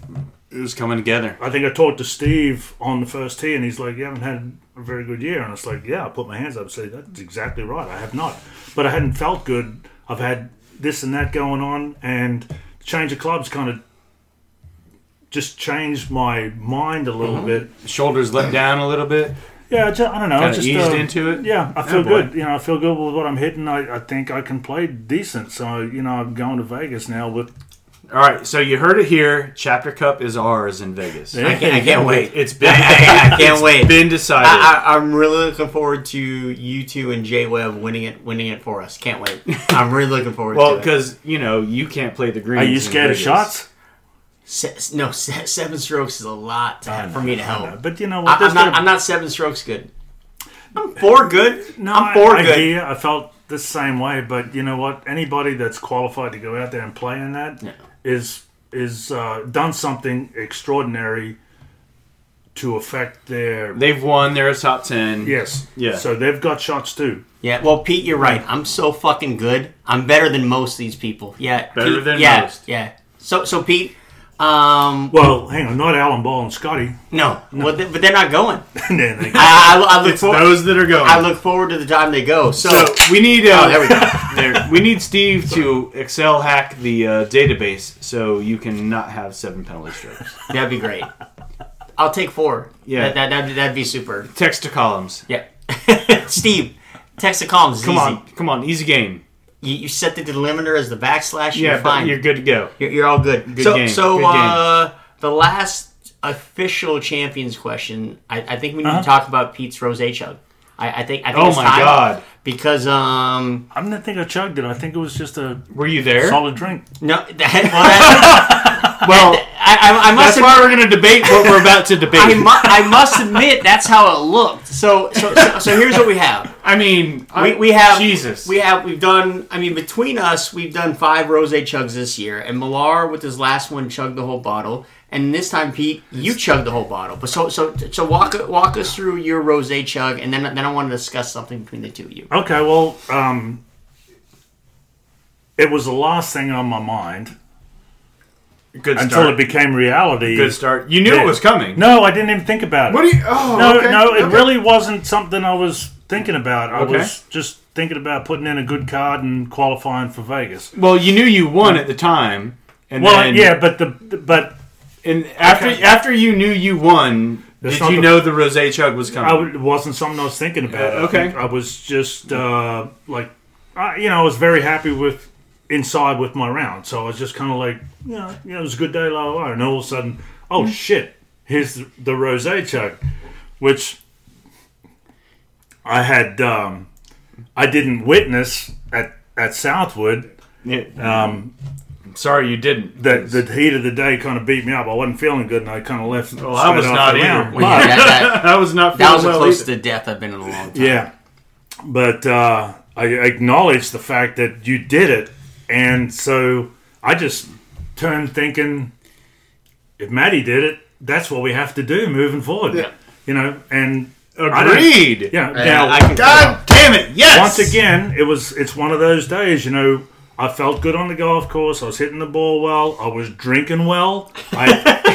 S2: It was coming together.
S4: I think I talked to Steve on the first tee, and he's like, "You haven't had a very good year," and it's like, "Yeah." I put my hands up and say, "That's exactly right. I have not, but I hadn't felt good. I've had this and that going on, and the change of clubs kind of just changed my mind a little
S2: Mm-hmm.
S4: bit.
S2: Shoulders let down a little bit.
S4: Yeah, I, ju- I don't know. I
S2: Kinda
S4: just
S2: eased
S4: uh,
S2: into it?
S4: Yeah, I feel
S2: boy.
S4: good. You know, I feel good with what I'm hitting. I, I think I can play decent. So you know, I'm going to Vegas now with
S2: All right, so you heard it here. Chapter Cup is ours in Vegas.
S3: I can't, I can't wait.
S2: It's been.
S3: I, I can't wait.
S2: Been decided.
S3: I, I, I'm really looking forward to you two and J Webb winning it, winning it for us. Can't wait. I'm really looking forward
S2: well,
S3: to it.
S2: because you know you can't play the greens.
S4: Are you
S2: in
S4: scared of
S2: Vegas.
S4: shots?
S3: Se- no, se- seven strokes is a lot to have, for me to help.
S4: But you know what?
S3: I,
S4: There's
S3: am not.
S4: gonna-
S3: I'm not seven strokes good. I'm four good.
S4: No,
S3: I'm
S4: I-
S3: four
S4: I,
S3: good.
S4: hear- I felt the same way, but you know what? Anybody that's qualified to go out there and play in that is is uh, done something extraordinary to affect their
S2: They've won. They're a top ten.
S4: yes,
S2: Yeah.
S4: So they've got shots too.
S3: Yeah. Well, Pete, you're right. I'm so fucking good. I'm better than most of these people. Yeah.
S2: Better
S3: Pete,
S2: than
S3: yeah,
S2: most.
S3: Yeah. So, so Pete. Um.
S4: Well, hang on, not Alan Ball and Scotty.
S3: No. Well, they, but they're not going.
S4: And then they-
S3: I, I, I look
S2: it's
S3: forward.
S2: those that are going.
S3: I look forward to the time they go. So.
S2: so we need. Uh,
S3: Oh, there we go.
S2: there- we need Steve to Excel hack the uh, database so you can not have seven penalty strokes.
S3: That'd be great. I'll take four.
S2: Yeah.
S3: That, that, that'd, that'd be super.
S2: Text to columns.
S3: Yeah. Steve, text the columns.
S2: Come
S3: easy.
S2: on, come on, easy game.
S3: You, you set the delimiter as the backslash.
S2: Yeah,
S3: you're fine.
S2: But you're good to go.
S3: You're, you're all good. so,
S2: game,
S3: so
S2: good game.
S3: uh, the last official champions question, I, I think we need to talk about Pete's rose chug. I, I think. I think
S2: Uh-huh. Oh
S3: it's
S2: my
S3: time
S2: God.
S3: Because um
S4: I'm not think I chugged it. I think it was just a
S2: Were you there?
S4: solid drink.
S3: no that, well that,
S2: Well,
S3: I, I, I
S2: that's
S3: must admit,
S2: why we're going to debate what we're about to debate.
S3: I, mu- I must admit that's how it looked. So so so, so here's what we have.
S2: I mean,
S3: we,
S2: I-
S3: we have
S2: Jesus.
S3: We have we've done. I mean, between us, we've done five rose chugs this year, and Millar with his last one chugged the whole bottle, and this time Pete, you chugged the whole bottle. But so so so walk walk us through your rose chug, and then then I want to discuss something between the two of you.
S4: Okay, well, um, it was the last thing on my mind
S2: good
S4: until
S2: start.
S4: it became reality.
S2: good start. You knew
S4: Yeah.
S2: it was coming.
S4: No, I didn't even think about it.
S2: What do you? Oh,
S4: No,
S2: okay,
S4: no, it
S2: okay.
S4: really wasn't something I was thinking about. I
S2: Okay.
S4: was just thinking about putting in a good card and qualifying for Vegas.
S2: Well, you knew you won at the time, and
S4: Well,
S2: then,
S4: yeah, but the the- but
S2: And after
S4: Okay.
S2: after you knew you won,
S4: That's
S2: did
S4: not
S2: you
S4: the-
S2: know the rose chug was
S4: I
S2: coming?
S4: w- it wasn't something I was thinking about.
S2: Uh, okay.
S4: I, think I was just uh, like, I, you know, I was very happy with inside with my round, so I was just kind of like, you know, yeah, it was a good day, la la la, and all of a sudden, oh
S2: Mm-hmm.
S4: shit, here's the, the rose chug, which I had, um, I didn't witness at at Southwood.
S2: Yeah.
S4: Um,
S2: Sorry you didn't.
S4: That the heat of the day kind of beat me up. I wasn't feeling good, and I kind of left.
S2: Well, I was not either.
S4: either.
S3: yeah, that,
S2: I was not
S3: that, that
S2: feeling
S3: was the
S2: well
S3: closest
S2: either.
S3: to death I've been in a long time.
S4: Yeah, but uh, I acknowledge the fact that you did it, and so I just turned thinking, if Maddie did it, that's what we have to do moving forward.
S2: Yeah.
S4: You know, and I don't-
S2: Agreed.
S4: Yeah.
S3: And
S4: now,
S3: I can-
S2: God damn it! Yes.
S4: once again, it was it's one of those days, you know. I felt good on the golf course. I was hitting the ball well. I was drinking well. I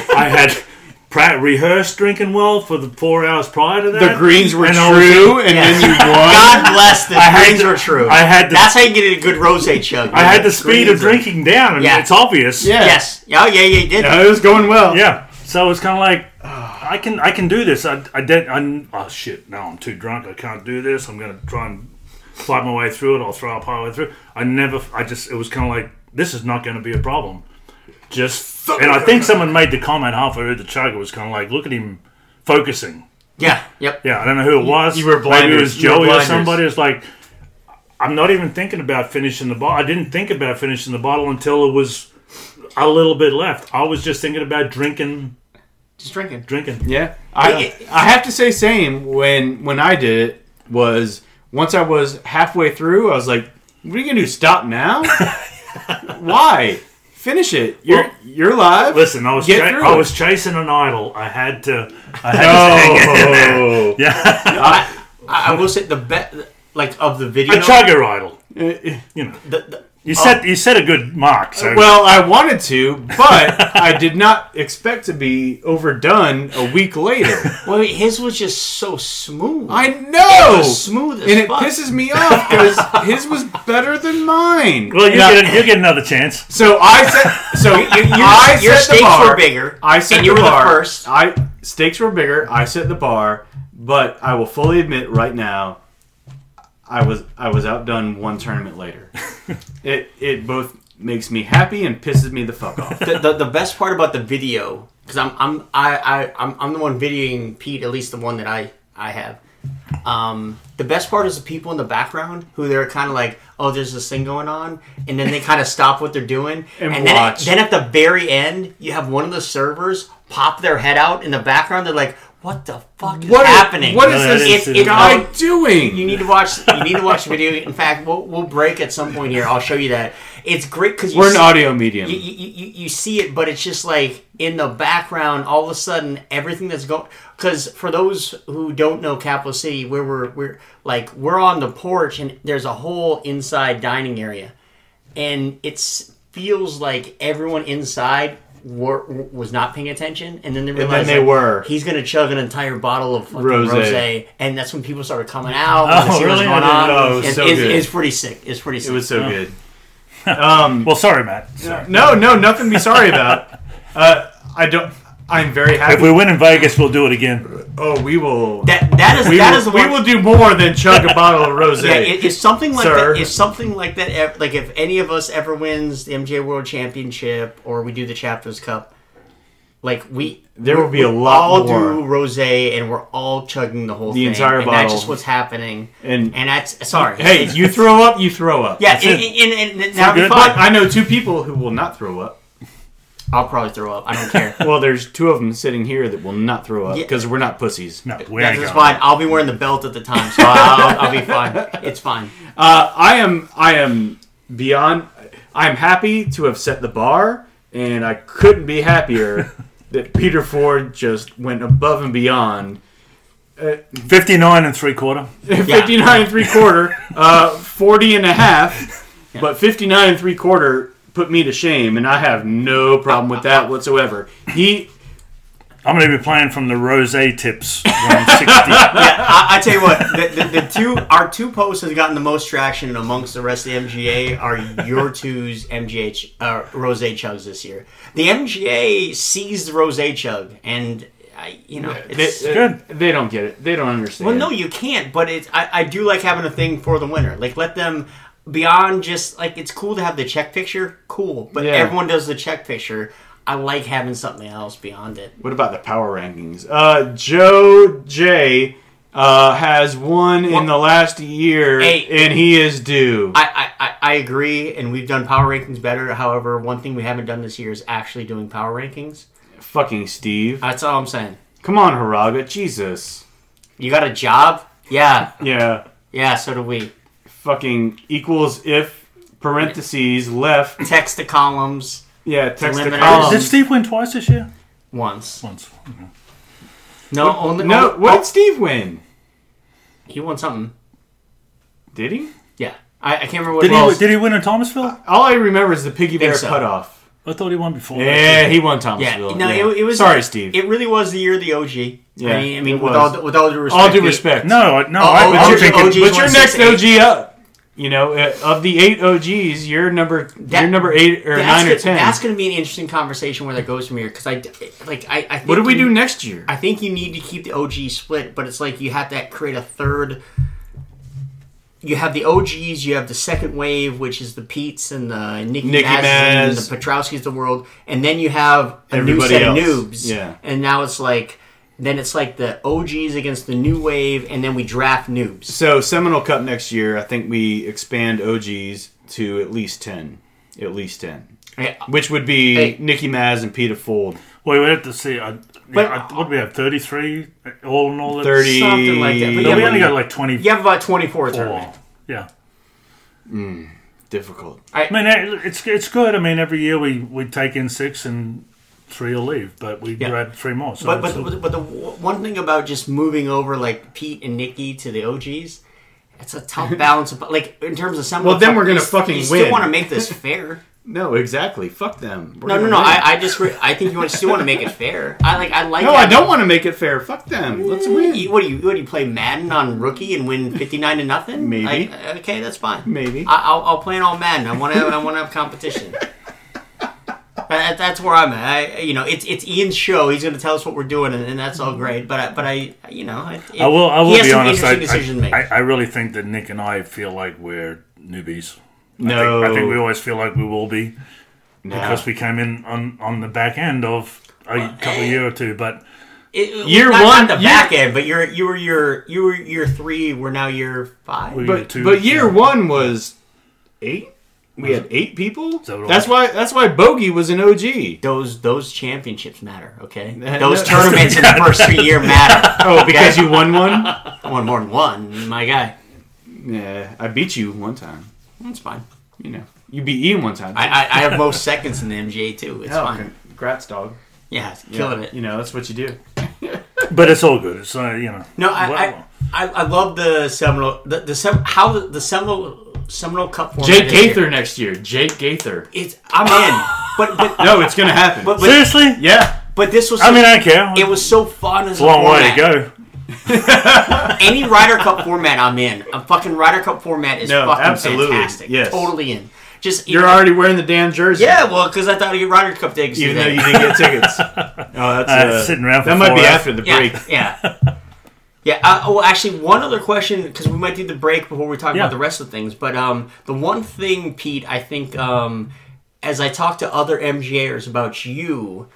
S4: I had pra- rehearsed drinking well for the four hours prior to that.
S2: the greens were
S4: And I was-
S2: true, and
S3: Yeah.
S2: then you won.
S3: God bless the
S4: had
S3: dreams
S4: to-
S3: are true.
S4: I had to-
S3: That's how you get a good rose chug.
S4: I had the speed of
S3: drinking.
S4: drinking down, and
S3: Yeah.
S4: it's obvious.
S2: Yeah.
S3: Yes. Oh, yeah, yeah, you did.
S2: No, it was going well.
S4: Yeah. So it's kind of like I can I can do this. I I did. I, oh shit! Now I'm too drunk. I can't do this. I'm gonna try and fight my way through it. I'll throw up halfway through. I never. I just. It was kind of like this is not going to be a problem. Just and I think someone made the comment halfway through the chug. It was kind of like look at him focusing.
S3: Yeah, yep.
S4: Yeah, I don't know who it was.
S2: you were
S4: Maybe it was
S2: blinders. You were
S4: Joey or
S2: blinders.
S4: somebody. It's like I'm not even thinking about finishing the bottle. I didn't think about finishing the bottle until it was a little bit left. I was just thinking about drinking,
S3: Just drinking.
S4: drinking.
S2: Yeah. I I have to say same when when I did it was once I was halfway through, I was like, What are you gonna do? Stop now? Why? Finish it. You're you're live.
S4: Listen, I was
S2: Get
S4: cha-
S2: through
S4: I
S2: it.
S4: was chasing an idol. I had to. I had
S2: Oh.
S4: to. Yeah,
S3: I, I, I will say the bet, like, of the video.
S4: a chugger idol.
S2: Uh,
S4: You know,
S3: the- the-
S4: you set you set a good mark. So
S2: Oh. Well, I wanted to, but I did not expect to be overdone a week later.
S3: well, his was just so smooth.
S2: I know.
S3: It was smooth as
S2: and it
S3: fuck.
S2: pisses me off because his was better than mine.
S4: well, you
S2: And I-
S4: get a- you get another chance.
S2: So I set. So I set
S3: your
S2: the
S3: stakes
S2: bar.
S3: were bigger,
S2: I set
S3: and you
S2: the
S3: were the
S2: bar.
S3: first.
S2: I stakes were bigger. I set the bar, but I will fully admit right now, I was I was outdone one tournament later. it it both makes me happy and pisses me the fuck off.
S3: the, the, the best part about the video because I'm I'm I, I I'm, I'm the one videoing Pete at least the one that I I have. Um, the best part is the people in the background who they're kind of like, oh, there's this thing going on, and then they kind of stop what they're doing,
S2: And
S3: then, at,
S2: watch.
S3: then at the very end, you have one of the servers pop their head out in the background. They're like, what the fuck is
S2: What is-
S3: happening?
S2: what is
S4: No, that
S2: this
S4: is
S3: It- it-
S2: guy
S3: um,
S2: doing?
S3: you need to watch. You need to watch the video. In fact, we'll, we'll break at some point here. I'll show you that. It's great because
S2: we're an audio medium.
S3: you, you, you, you see it, but it's just like in the background, all of a sudden, everything that's going. Because for those who don't know Capital City, where we're, we're like, we're on the porch and there's a whole inside dining area. And it feels like everyone inside were, was not paying attention. And then they
S2: then
S3: realized
S2: they
S3: like,
S2: were.
S3: He's going to chug an entire bottle of fucking rose.
S2: Rosé.
S3: And that's when people started coming out. wanted to
S4: Oh,
S3: see what's
S4: really?
S3: going
S4: I
S3: on.
S4: didn't
S2: know. It was
S3: And
S2: so
S3: it's,
S2: good.
S3: it's pretty sick. It's pretty sick.
S2: it was so good.
S4: Well, sorry, Matt. Sorry.
S2: No, no, nothing to be sorry about. Uh, I don't. I'm very
S4: If
S2: happy.
S4: we win in Vegas, we'll do it again.
S2: oh, we will.
S3: that, that is
S2: we
S3: that
S2: will,
S3: is the
S2: we
S3: one-
S2: will do more than chug a bottle of rosé.
S3: Yeah, it, it's something like
S2: Sir.
S3: that. It's something like that. ev- Like if any of us ever wins the MJ World Championship or we do the Chapters Cup, like we
S2: There will be
S3: we
S2: a lot
S3: All
S2: more.
S3: do rosé, and we're all chugging the whole
S2: The
S3: thing,
S2: entire
S3: and
S2: bottle.
S3: That's just what's happening.
S2: And-
S3: and that's sorry.
S2: Hey, you throw up, you throw up.
S3: yeah,
S4: That's
S3: and,
S4: it.
S3: and, and, and now
S4: good.
S3: be
S2: But
S3: fine.
S2: I know two people who will not throw up.
S3: I'll probably throw up. I don't care.
S2: Well, there's two of them sitting here that will not throw up
S3: Yeah.
S2: because we're not pussies.
S4: No, we
S3: That's
S4: ain't
S3: just
S4: going.
S3: fine. I'll be wearing the belt at the time, so I'll, I'll be fine. It's fine.
S2: Uh, I am. I am beyond. I'm happy to have set the bar, and I couldn't be happier that Peter Ford just went above and beyond.
S4: Fifty-nine and three quarter.
S2: 59 and three quarter, uh, 40 and a half, but 59 and three quarter put me to shame, and I have no problem with that whatsoever. He
S4: I'm going to be playing from the rose tips. when I'm 60.
S3: yeah, I, I tell you what, the, the, the two our two posts has gotten the most traction amongst the rest of the MGA are your two's MGA ch- uh, rose chugs this year. The MGA sees the rose chug, and I, you know,
S2: They, uh,
S3: it's,
S4: good.
S2: They don't get it. They don't understand.
S3: well, no, you can't. But it's I, I do like having a thing for the winner. Like let them beyond just like it's cool to have the check picture, cool. But
S2: Yeah.
S3: everyone does the check picture. I like having something else beyond it.
S2: What about the power rankings? Uh, Joe J uh, has won in the last year,
S3: Hey.
S2: and he is due.
S3: I, I, I- I agree, and we've done power rankings better. However, one thing we haven't done this year is actually doing power rankings.
S2: Fucking Steve.
S3: That's all I'm saying.
S2: Come on, Haraga. Jesus.
S3: You got a job? Yeah,
S2: Yeah.
S3: yeah. So do we.
S2: Fucking equals if parentheses left.
S3: Text the columns
S2: Yeah, text the
S3: Eliminate.
S2: column.
S4: Did Steve win twice this year?
S3: once.
S4: Once. Okay.
S3: No, only
S2: No,
S3: oh,
S2: what did Steve win?
S3: He won something.
S2: Did he?
S3: Yeah, I, I can't remember what.
S4: Did
S3: it was.
S4: he? Did he win in Thomasville?
S2: All I remember is the piggy bear
S3: so.
S2: cutoff.
S4: I thought he won before. that.
S2: Yeah, he won
S3: Yeah,
S2: Thomasville.
S3: no, It, it was.
S2: Sorry, Steve.
S3: It really was the year of the OG.
S2: Yeah,
S3: I mean, I
S2: it
S3: mean with
S2: was.
S3: all with all due respect,
S2: All due
S3: we-
S2: respect.
S4: No, I- no.
S3: Oh,
S4: I,
S3: oh,
S4: I'm
S3: oh,
S4: thinking.
S3: OG.
S2: But
S3: He's
S2: your
S3: won
S2: next
S3: six, eight.
S2: OG up. You know, uh, of the eight OGs, you're number
S3: That-
S2: you're number eight or
S3: That's
S2: nine
S3: gonna,
S2: or ten.
S3: That's going to be an interesting conversation where that goes from here because I like I. I think
S2: what do we
S3: you-
S2: do next year?
S3: I think you need to keep the OG split, but it's like you have to create a third. You have the OGs, you have the second wave, which is the Pete's and the Nicky,
S2: Nicky
S3: Mazes and
S2: Maz.
S3: the Petrowskis of the world, and then you have a
S2: Everybody
S3: new set
S2: else.
S3: of noobs.
S2: Yeah.
S3: And now it's like, then it's like the OGs against the new wave, and then we draft noobs.
S2: so Seminole Cup next year, I think we expand OGs to at least ten. At least ten.
S3: I-
S2: Which would be
S3: Hey.
S2: Nicky Maz and Peter Fold.
S4: Well, we have to see. I,
S3: But-
S4: yeah, I, what do we have? Thirty-three uh, all in all. that's-
S2: Thirty
S3: Something like that, but
S4: No,
S3: yeah,
S4: we only got like twenty-four.
S3: You have about 24 tournament.
S4: Yeah.
S2: difficult.
S4: I mean, it- it's it's good. I mean, every year we, we take in six and three will leave, but we
S3: Yeah.
S4: grab three more. So
S3: But,
S4: it's-
S3: but, but the one thing about just moving over like Pete and Nikki to the OGs, it's a tough balance. Of, like in terms of some.
S2: Well, then we're gonna
S3: you s-
S2: fucking
S3: you
S2: win.
S3: still want to make this fair?
S2: No, exactly. Fuck them. We're
S3: no, no,
S2: gonna
S3: no.
S2: win.
S3: I, I just re- I think you want still want to make it fair. I like I like.
S2: no, I don't want to make it fair. Fuck them. Let's
S3: You,
S2: win.
S3: what do you what do you play Madden on rookie and win fifty nine to nothing?
S2: Maybe.
S3: Like, okay, that's fine.
S2: Maybe.
S3: I, I'll, I'll play it all Madden. I want to I want to have competition. But that- that's where I'm at. I, you know, it's it's Ian's show. He's going to tell us what we're doing, and, and that's all great. But I, but I, you know, it,
S4: I will. I
S3: he
S4: will
S3: has
S4: be
S3: some
S4: honest. I,
S3: Interesting decision to
S4: I,
S3: make.
S4: I, I really think that Nick and I feel like we're newbies. I
S2: No,
S4: think, I think we always feel like we will be because we came in on, on the back end of a couple year or two. But
S3: It-
S2: Year
S3: not,
S2: one-
S3: not the
S2: year-
S3: back end, but you're you were your you were year three. We're now year five.
S4: we
S2: but
S4: two,
S2: but year one was eight. We had eight people.
S4: that what it
S2: That's why. That's why Bogey was an OG.
S3: those those championships matter. Okay,
S2: That-
S3: those
S2: that-
S3: tournaments in the first three year matter.
S2: Oh, because you won one.
S3: One more than one, my guy.
S2: Yeah, I beat you one time.
S3: That's fine.
S2: You know, you beat Ian one time.
S3: I, I, I have most seconds in the MGA too. It's
S2: Oh,
S3: fine.
S2: congrats, dog.
S3: Yeah, it's killing it.
S2: You know, that's what you do.
S4: But it's all good. It's uh, you know.
S3: No, I,
S4: well,
S3: I, I I love the Seminole the, the Sem, how the, the Seminole Seminole Cup format.
S2: Jake
S3: is here.
S2: Gaither next year. Jake Gaither.
S3: It's I'm in, but but
S2: No, it's gonna happen.
S3: but but,
S4: seriously.
S2: yeah,
S3: but this was
S4: I mean, I don't care.
S3: it was so fun as
S4: a long way
S3: format.
S4: to go.
S3: any Ryder Cup format I'm in. A fucking Ryder Cup format is
S2: No,
S3: fucking
S2: absolutely.
S3: fantastic.
S2: Yes.
S3: Totally in. Just
S2: you're already wearing the damn jersey.
S3: Yeah, well, because I thought I'd get Ryder Cup tickets.
S2: even though
S3: today.
S2: you didn't get tickets. Oh, that's uh,
S4: sitting around for
S2: That might
S4: four
S2: be
S4: hours.
S2: after the
S3: yeah,
S2: break.
S3: yeah. Yeah, uh, oh, actually, one other question because we might do the break before we talk
S4: Yeah.
S3: about the rest of things. But um, the one thing, Pete, I think, um, as I talk to other MGAers about you,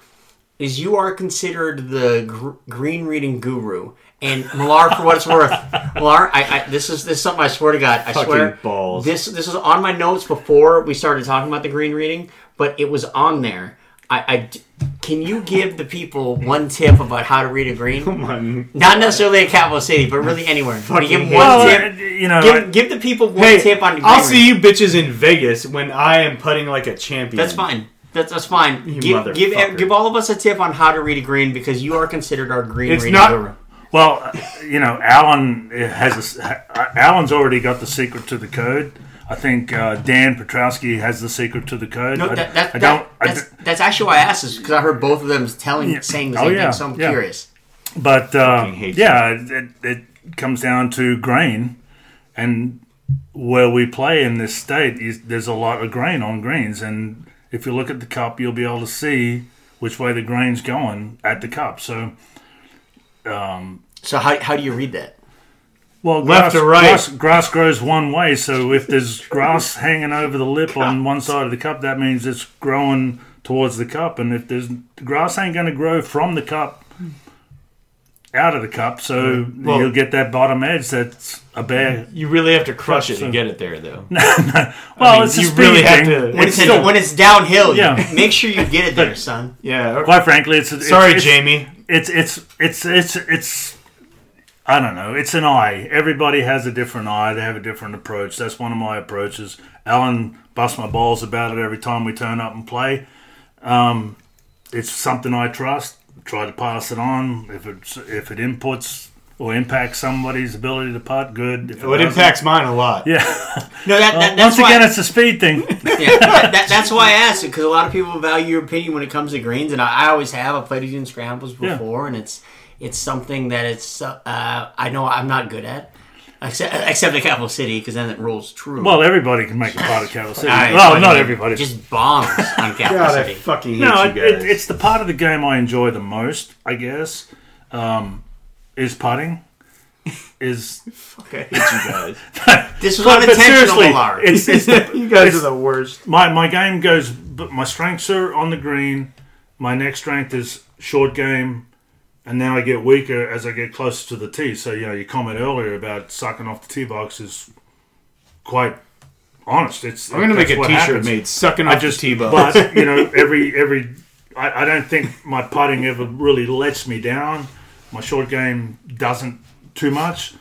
S3: is you are considered the gr- green reading guru. And Millar, for what it's worth, Millar, I, I this is this is something I swear to God, I
S2: Fucking
S3: swear.
S2: balls.
S3: This this was on my notes before we started talking about the green reading, but it was on there. I, I d- can you give the people one tip about how to read a green? Not necessarily at Capital City, but really anywhere. Can you give one
S4: Well, uh,
S3: tip?
S4: you know,
S3: Give, give the people one
S2: Hey,
S3: tip on green.
S2: I'll see you bitches in Vegas when I am putting like a champion.
S3: That's fine. That's, that's fine. give,
S2: motherfucker.
S3: give give all of us a tip on how to read a green because you are considered our green
S2: It's
S3: reading
S2: not-
S3: guru.
S4: Well, uh, you know, Alan has a s uh, Alan's already got the secret to the code. I think uh, Dan Petrowski has the secret to the code.
S3: No,
S4: I,
S3: that, that,
S4: I don't.
S3: that-
S4: I
S3: that's, that's actually why I asked is because I heard both of them telling saying the
S4: Oh,
S3: same
S4: yeah,
S3: thing. So I'm
S4: yeah.
S3: curious.
S4: don't- but uh,
S2: hate
S4: yeah, it, it comes down to grain, and where we play in this state, is, there's a lot of grain on greens, and if you look at the cup, you'll be able to see which way the grain's going at the cup. So.
S3: So how, how do you read that?
S4: Well,
S2: Left
S4: grass,
S2: or right?
S4: grass, grass grows one way. So if there's grass hanging over the lip on one side of the cup, that means it's growing towards the cup. And if there's grass ain't going to grow from the cup out of the cup, so
S2: Well-
S4: you'll get that bottom edge that's a bear.
S2: You really have to crush it to
S4: So-
S2: get it there, though.
S4: Well,
S2: mean,
S4: it's a
S2: you
S4: speed
S2: really have
S4: thing.
S2: to-
S3: When
S2: It's
S3: it's,
S2: still-
S3: when it's downhill, you-
S4: Yeah.
S3: make sure you get it there, son.
S2: Yeah.
S4: Quite frankly, it's, it's
S2: Sorry,
S4: it's,
S2: Jamie.
S4: It's it's it's it's it's. I don't know. It's an eye. Everybody has a different eye. They have a different approach. That's one of my approaches. Alan busts my balls about it every time we turn up and play. Um, it's something I trust. Try to pass it on. If it's if it inputs or impacts somebody's ability to putt, good. If
S2: Well, it
S4: doesn't-
S2: impacts mine a lot. Yeah.
S3: No, that, that,
S4: Once
S3: that's why.
S4: again, it's a speed thing.
S3: yeah, that, that- that's why I asked it because a lot of people value your opinion when it comes to greens, and I, I always have. I played these in scrambles
S4: Yeah.
S3: before, and it's it's something that it's uh, uh, I know I'm not good at, except except at Capital City because then it rolls true.
S4: Well, everybody can make a pot of cattle city.
S3: I-
S4: well,
S3: I
S4: not
S3: mean,
S4: everybody.
S3: Just bombs on Capital
S2: God, I
S3: City.
S2: fucking hate
S4: no,
S2: you
S4: it,
S2: guys.
S4: it, it's the part of the game I enjoy the most. I guess um, is putting. Is
S2: I hate you guys.
S3: This was
S4: but, but
S3: unintentional,
S4: seriously,
S3: Lard.
S4: it's, it's the,
S2: you guys are the worst.
S4: my my game goes. But my strengths are on the green. My next strength is short game, and then I get weaker as I get closer to the tee. So you know, your comment earlier about sucking off the tee box is quite honest. It's
S2: I'm gonna make a
S4: that's what
S2: T-shirt
S4: happens.
S2: made sucking
S4: I
S2: off
S4: just
S2: the T-bone.
S4: but you know every every I, I don't think my putting ever really lets me down. My short game doesn't too much,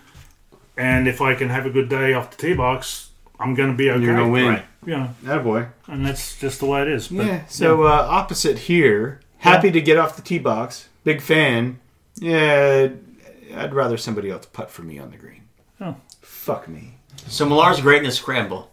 S4: and if I can have a good day off the tee box, I'm going to be okay.
S2: You're gonna win.
S4: Right. Yeah,
S2: Oh boy.
S4: and that's just the way it is. But
S2: Yeah. So uh, opposite here, happy to get off the tee box. Big fan. Yeah, I'd rather somebody else putt for me on the green.
S4: Oh.
S2: Fuck me.
S3: so Millar's great in the scramble.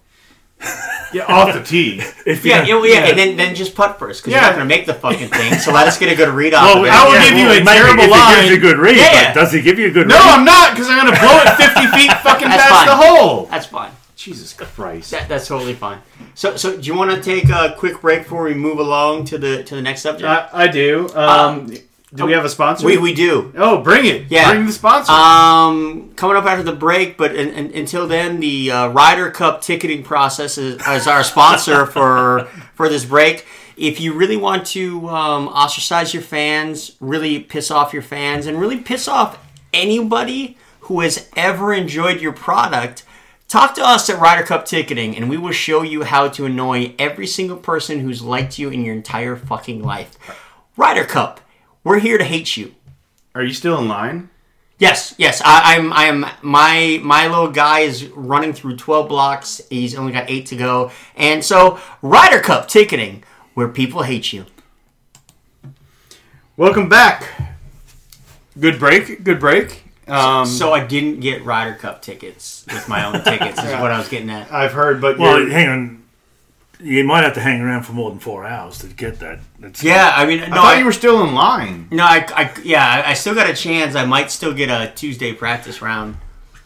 S2: Yeah, off the tee.
S4: if
S3: Yeah,
S4: you-
S3: yeah, well, yeah, and then, then just putt first because
S2: Yeah.
S3: you're not going to make the fucking thing. So let us get a good read off. of it.
S2: I would give you a
S4: maybe
S2: terrible
S4: if He gives
S2: line.
S4: you a good read,
S3: Yeah.
S4: but does he give you a good
S2: No,
S4: read?
S2: I'm not, because I'm gonna blow it 50 feet fucking
S3: That's
S2: past
S3: fine.
S2: the hole.
S3: That's fine.
S2: Jesus Christ.
S3: That, that's totally fine. So, so do you want to take a quick break before we move along to the to the next subject?
S2: I, I do. Um, do we have a sponsor?
S3: we we do.
S2: oh, bring it.
S3: Yeah.
S2: Bring the sponsor.
S3: Um, coming up after the break, but in, in, until then, the uh, Ryder Cup ticketing process is, is our sponsor for for this break. If you really want to um, ostracize your fans, really piss off your fans, and really piss off anybody who has ever enjoyed your product, Talk to us at Ryder Cup Ticketing, and we will show you how to annoy every single person who's liked you in your entire fucking life. Ryder Cup, we're here to hate you.
S2: Are you still in line?
S3: Yes, yes, I, I'm. I'm. My my little guy is running through twelve blocks. He's only got eight to go, and so Ryder Cup Ticketing, where people hate you.
S2: Welcome back. Good break. Good break. Um,
S3: So I didn't get Ryder Cup tickets with my own tickets. Is what I was getting at.
S2: I've heard, but
S4: Well,
S2: you're-
S4: hang on. You might have to hang around for more than four hours to get that. It's,
S3: Yeah, I mean,
S2: I
S3: no,
S2: thought
S3: I-
S2: you were still in line.
S3: no, I, I, yeah, I- I still got a chance. I might still get a Tuesday practice round.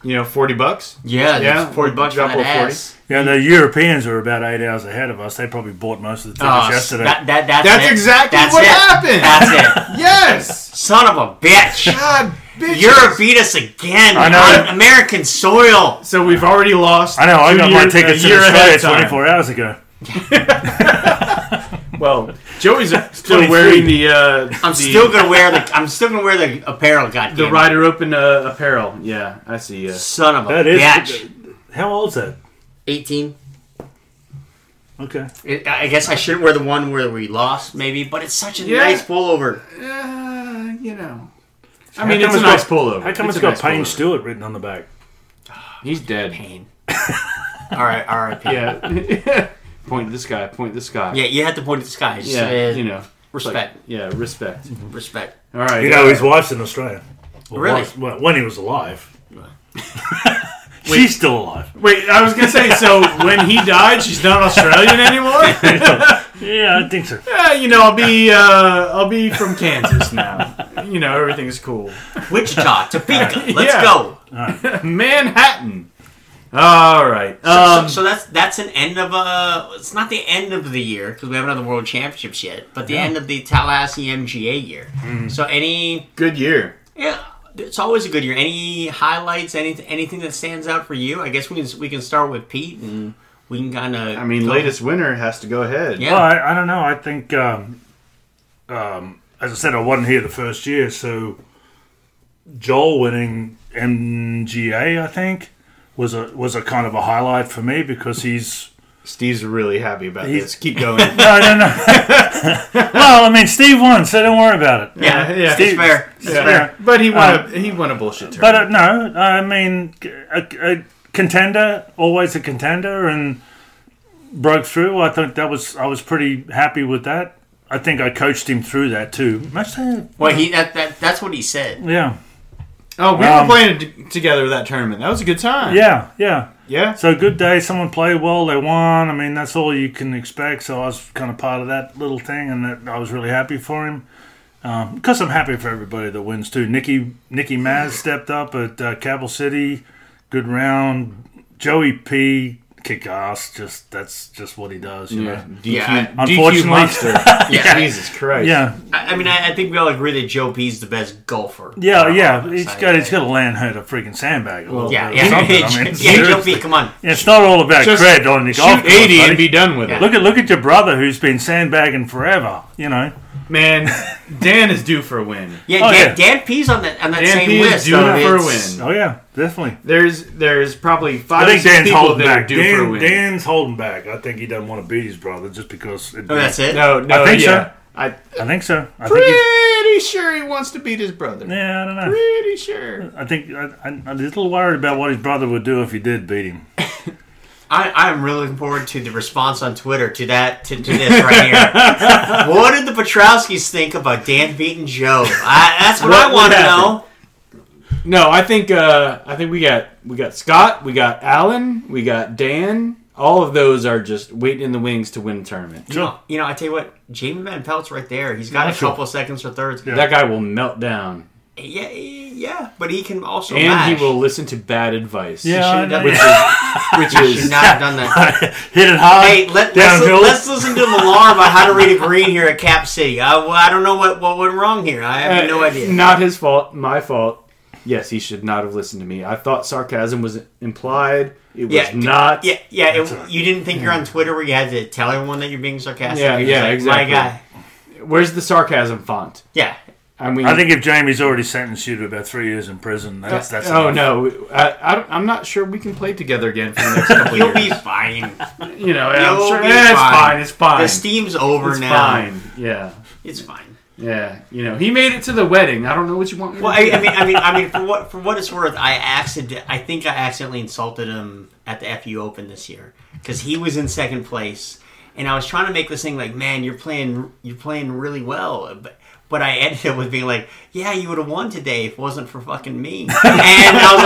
S2: You know, forty bucks.
S3: Yeah,
S2: Yeah,
S3: yeah, forty bucks for
S2: drop
S3: that
S2: a 40.
S3: ass.
S4: Yeah, the Europeans are about eight hours ahead of us. They probably bought most of the tickets
S2: Ah,
S3: Oh,
S4: yesterday.
S3: That, that, that's
S2: That's
S3: it.
S2: exactly
S3: That's
S2: what
S3: it.
S2: happened.
S3: That's it.
S2: Yes.
S3: Son of a bitch.
S2: God, bitches.
S3: Europe beat us again
S4: I know.
S3: on American soil.
S2: So we've already lost.
S4: I know. I
S2: two
S4: got my
S2: years-
S4: tickets
S2: a
S4: to
S2: year ahead
S4: Australia
S2: of time.
S4: 24 hours ago.
S2: Well, Joey's still
S4: 23.
S2: wearing the. Uh,
S3: I'm still gonna wear the. I'm still gonna wear the apparel. Goddamn.
S2: the Rider Open uh, apparel. Yeah, I see. Uh,
S3: Son of a
S4: That is.
S3: bitch.
S4: How old's that?
S3: Eighteen.
S4: Okay.
S3: It- I guess I should wear the one where we lost, maybe. But it's such a
S2: Yeah.
S3: nice pullover.
S2: uh, you know. I
S4: How
S2: mean,
S4: come
S2: it's a
S4: got-
S2: nice pullover.
S4: How come
S2: it's
S4: it's
S2: a
S4: got
S2: nice
S4: Payne
S2: pullover.
S4: Stewart written on the back?
S2: He's dead.
S3: Pain. all right. All right. Yeah.
S2: Yeah. point this guy. Point this guy.
S3: yeah. You have to point at the sky. Just,
S2: Yeah.
S3: uh,
S2: you know. it's like-
S3: Respect.
S2: yeah. Respect.
S3: Respect.
S2: All right.
S4: You know, his wife's in Australia. Well,
S3: Really?
S4: was- well, when he was alive. She's still alive.
S2: Wait, I was gonna say. So when he died, she's not Australian anymore.
S4: Yeah, I think so.
S2: Yeah, you know, I'll be uh, I'll be from Kansas now. You know, everything's cool.
S3: Wichita, Topeka. Let's
S2: Yeah.
S3: go.
S2: Manhattan. All right. Um,
S3: so, so that's that's an end of a. It's not the end of the year because we haven't had the World Championships yet, but the end of the Tallahassee MGA year.
S2: Mm.
S3: So any,
S2: good year.
S3: yeah, it's always a good year. Any highlights? Anything? Anything that stands out for you? I guess we can we can start with Pete and we can kind of.
S2: I mean, latest winner has to go ahead.
S3: Yeah.
S4: Well, I, I don't know. I think, um, um, as I said, I wasn't here the first year, so Joel winning MGA, I think, was a was a kind of a highlight for me because he's
S2: Steve's really happy about
S4: He's-
S2: this. Keep going.
S4: no no no. well, I mean, Steve won, so don't worry about it.
S3: Yeah,
S2: yeah.
S3: it's fair. It's
S2: Yeah.
S3: fair.
S2: But he won a he won a bullshit
S4: Um, But
S2: tournament.
S4: uh, no, I mean, a, a contender, always a contender, and broke through. I thought that was I was pretty happy with that. I think I coached him through that too. Must have,
S3: Well, he that, that that's what he said.
S4: yeah,
S2: oh, we
S4: um,
S2: were playing t- together that tournament. That was a good time.
S4: yeah, yeah.
S2: Yeah.
S4: So good day. Someone played well. They won. I mean, that's all you can expect. So I was kind of part of that little thing, and that, I was really happy for him. Because I'm happy for everybody that wins too. Nikki Nikki Maz stepped up at uh, Cabell City. Good round. Joey P. Kick ass. Just that's just what he does. You
S2: Yeah.
S4: know?
S2: DQ,
S3: Yeah,
S2: DQ
S4: unfortunately-
S2: monster.
S3: Yeah.
S2: Jesus Christ.
S4: Yeah,
S3: I, I mean, I, I think we all agree that Joe P's the best golfer.
S4: yeah, yeah. He's
S3: I-
S4: got he's got to land her to freaking sandbag a little
S3: Yeah,
S4: bit. or
S3: yeah,
S4: something. I mean,
S3: yeah. Joe
S4: seriously.
S3: P, come on.
S4: Yeah, it's not all about
S2: Just
S4: cred on the golf
S2: Shoot
S4: course,
S2: 80
S4: buddy.
S2: and be done with it.
S4: Look at look at your brother who's been sandbagging forever. You know.
S2: Man, Dan is due for a win.
S3: Yeah,
S4: Oh,
S3: Dan,
S4: yeah.
S3: Dan P's on that on that
S2: Dan
S3: same
S2: P is
S3: list.
S2: due
S3: of
S2: for a
S3: it's-
S2: win.
S4: Oh yeah, definitely.
S2: There's there's probably
S4: I
S2: five or
S4: think
S2: six
S4: Dan's
S2: people
S4: holding
S2: that are
S4: back.
S2: due for a
S4: Dan,
S2: win.
S4: Dan's holding back. I think he doesn't want to beat his brother just because. It,
S3: Oh, that's it.
S2: No, no,
S4: I think so.
S2: yeah. I
S4: I think so. I think he's,
S2: pretty sure he wants to beat his brother.
S4: yeah, I don't know.
S2: Pretty sure.
S4: I think I, I, I'm a little worried about what his brother would do if he did beat him.
S3: I, I'm really looking forward to the response on Twitter to that to, to this right here. what did the Petrowskis think about Dan beating Joe? I, that's what, I
S2: What- what
S3: want to
S2: happened?
S3: know.
S2: No, I think uh, I think we got we got Scott, we got Alan, we got Dan. All of those are just waiting in the wings to win the tournament.
S4: Sure.
S3: You know, I tell you what, Jamie Van Pelt's right there. He's got a
S4: sure.
S3: couple seconds or thirds. Yeah.
S2: That guy will melt down,
S3: yeah, yeah, but he can also
S2: and
S3: mash.
S2: he will listen to bad advice.
S4: Yeah,
S3: should've
S4: I
S3: done
S4: know.
S2: which
S3: that.
S2: is which
S3: Should
S2: is
S3: not have done that.
S4: hit it hard.
S3: Hey, let, let's,
S4: downhill.
S3: let's listen to Millar about how to read a green here at Cap City. I, well, I don't know what, what went wrong here. I have no
S2: Uh,
S3: idea.
S2: Not his fault. My fault. Yes, he should not have listened to me. I thought sarcasm was implied. It was
S3: Yeah, d-
S2: not.
S3: Yeah, yeah. It,
S4: all right.
S3: You didn't think you're on Twitter where you had to tell everyone that you're being sarcastic.
S2: Yeah,
S3: You're just
S2: yeah,
S3: like,
S2: exactly.
S3: My guy.
S2: Where's the sarcasm font?
S3: Yeah,
S2: I mean,
S4: I think if Jamie's already sentenced you to about three years in prison, that's that's.
S2: oh
S4: enough.
S2: no, I, I don't- I'm not sure we can play together again for the next couple
S3: you'll
S2: of
S3: be
S2: years.
S3: fine.
S2: You know, and I'm
S3: you'll
S2: sure
S3: be
S2: yeah, it's
S3: fine.
S2: fine. It's fine.
S3: The steam's over
S2: it's
S3: now.
S2: fine. Yeah,
S3: It's fine.
S2: yeah. You know, he made it to the wedding. I don't know what you want. me to
S3: Well,
S2: do.
S3: I, I mean, I mean, I mean, for what for what it's worth, I accident, I think I accidentally insulted him at the FU Open this year because he was in second place, and I was trying to make this thing like, man, you're playing, you're playing really well, but. But I ended up with being like, "Yeah, you would have won today if it wasn't for fucking me." And I was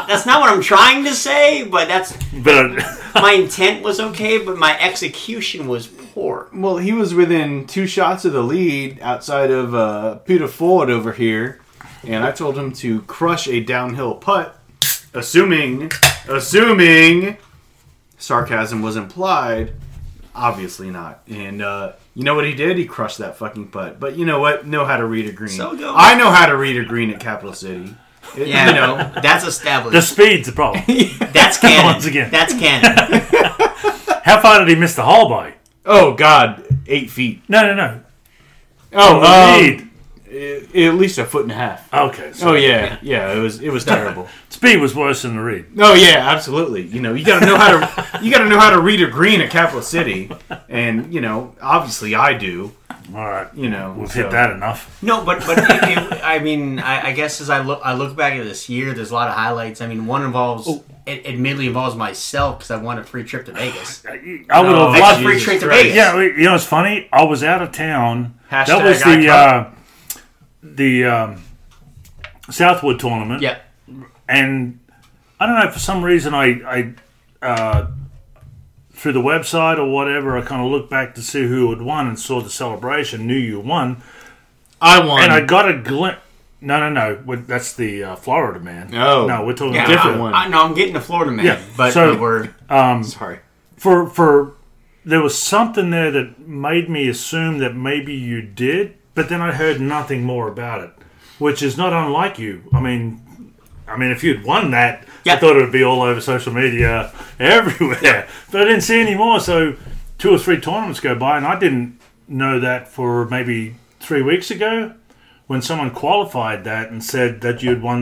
S3: like, "That's not what I'm trying to say, but that's
S4: But uh,
S3: my intent was okay, but my execution was poor."
S2: well, he was within two shots of the lead outside of uh, Peter Ford over here, and I told him to crush a downhill putt, assuming, assuming sarcasm was implied. Obviously not. And uh, you know what he did? He crushed that fucking putt. But you know what? Know how to read a green.
S3: So go.
S2: I know how to read a green at Capital City. It-
S3: Yeah,
S2: You know,
S3: that's established.
S4: the speed's the problem.
S3: that's canon.
S4: Once again.
S3: that's canon.
S4: How far did he miss the hole by?
S2: oh God, eight feet.
S4: No, no, no.
S2: Oh,
S4: The
S2: um,
S4: lead.
S2: i- at least a foot and a half.
S4: Okay. So
S2: Oh yeah, yeah. It was it was terrible.
S4: Speed was worse than the read.
S2: Oh yeah, absolutely. You know, you gotta know how to you gotta know how to read a green at Capital City, and you know, obviously I do.
S4: All right.
S2: You know,
S4: We've
S2: so-
S4: hit that enough.
S3: No, but but it, it, I mean, I, I guess as I look, I look back at this year. There's a lot of highlights. I mean, one involves, it admittedly involves myself because I won a free trip to Vegas.
S4: I would have
S3: I
S4: loved
S3: free
S2: Jesus
S3: trip to
S2: Christ.
S3: Vegas.
S4: Yeah, we- you know it's funny. I was out of town. that
S2: Hashtag
S4: was the uh,
S2: icon.
S4: the um, Southwood tournament.
S3: yeah,
S4: and I don't know for some reason I I uh, through the website or whatever I kind of looked back to see who had won and saw the celebration. Knew you won,
S2: I won.
S4: and I got a glimpse. No, no, no. wait, That's the uh, Florida man.
S2: No.
S4: no, we're talking
S3: yeah.
S2: Different
S3: I,
S2: one.
S3: I, no, I'm getting to Florida, man.
S4: Yeah,
S3: but
S4: so-
S3: we're
S2: Sorry.
S4: for for there was something there that made me assume that maybe you did, but then I heard nothing more about it, which is not unlike you. I mean, I mean, if you'd won that, I
S3: Yeah.
S4: thought it would be all over social media everywhere, but I didn't see any more. So two or three tournaments go by, and I didn't know that for maybe three weeks ago. when someone qualified that and said that you'd won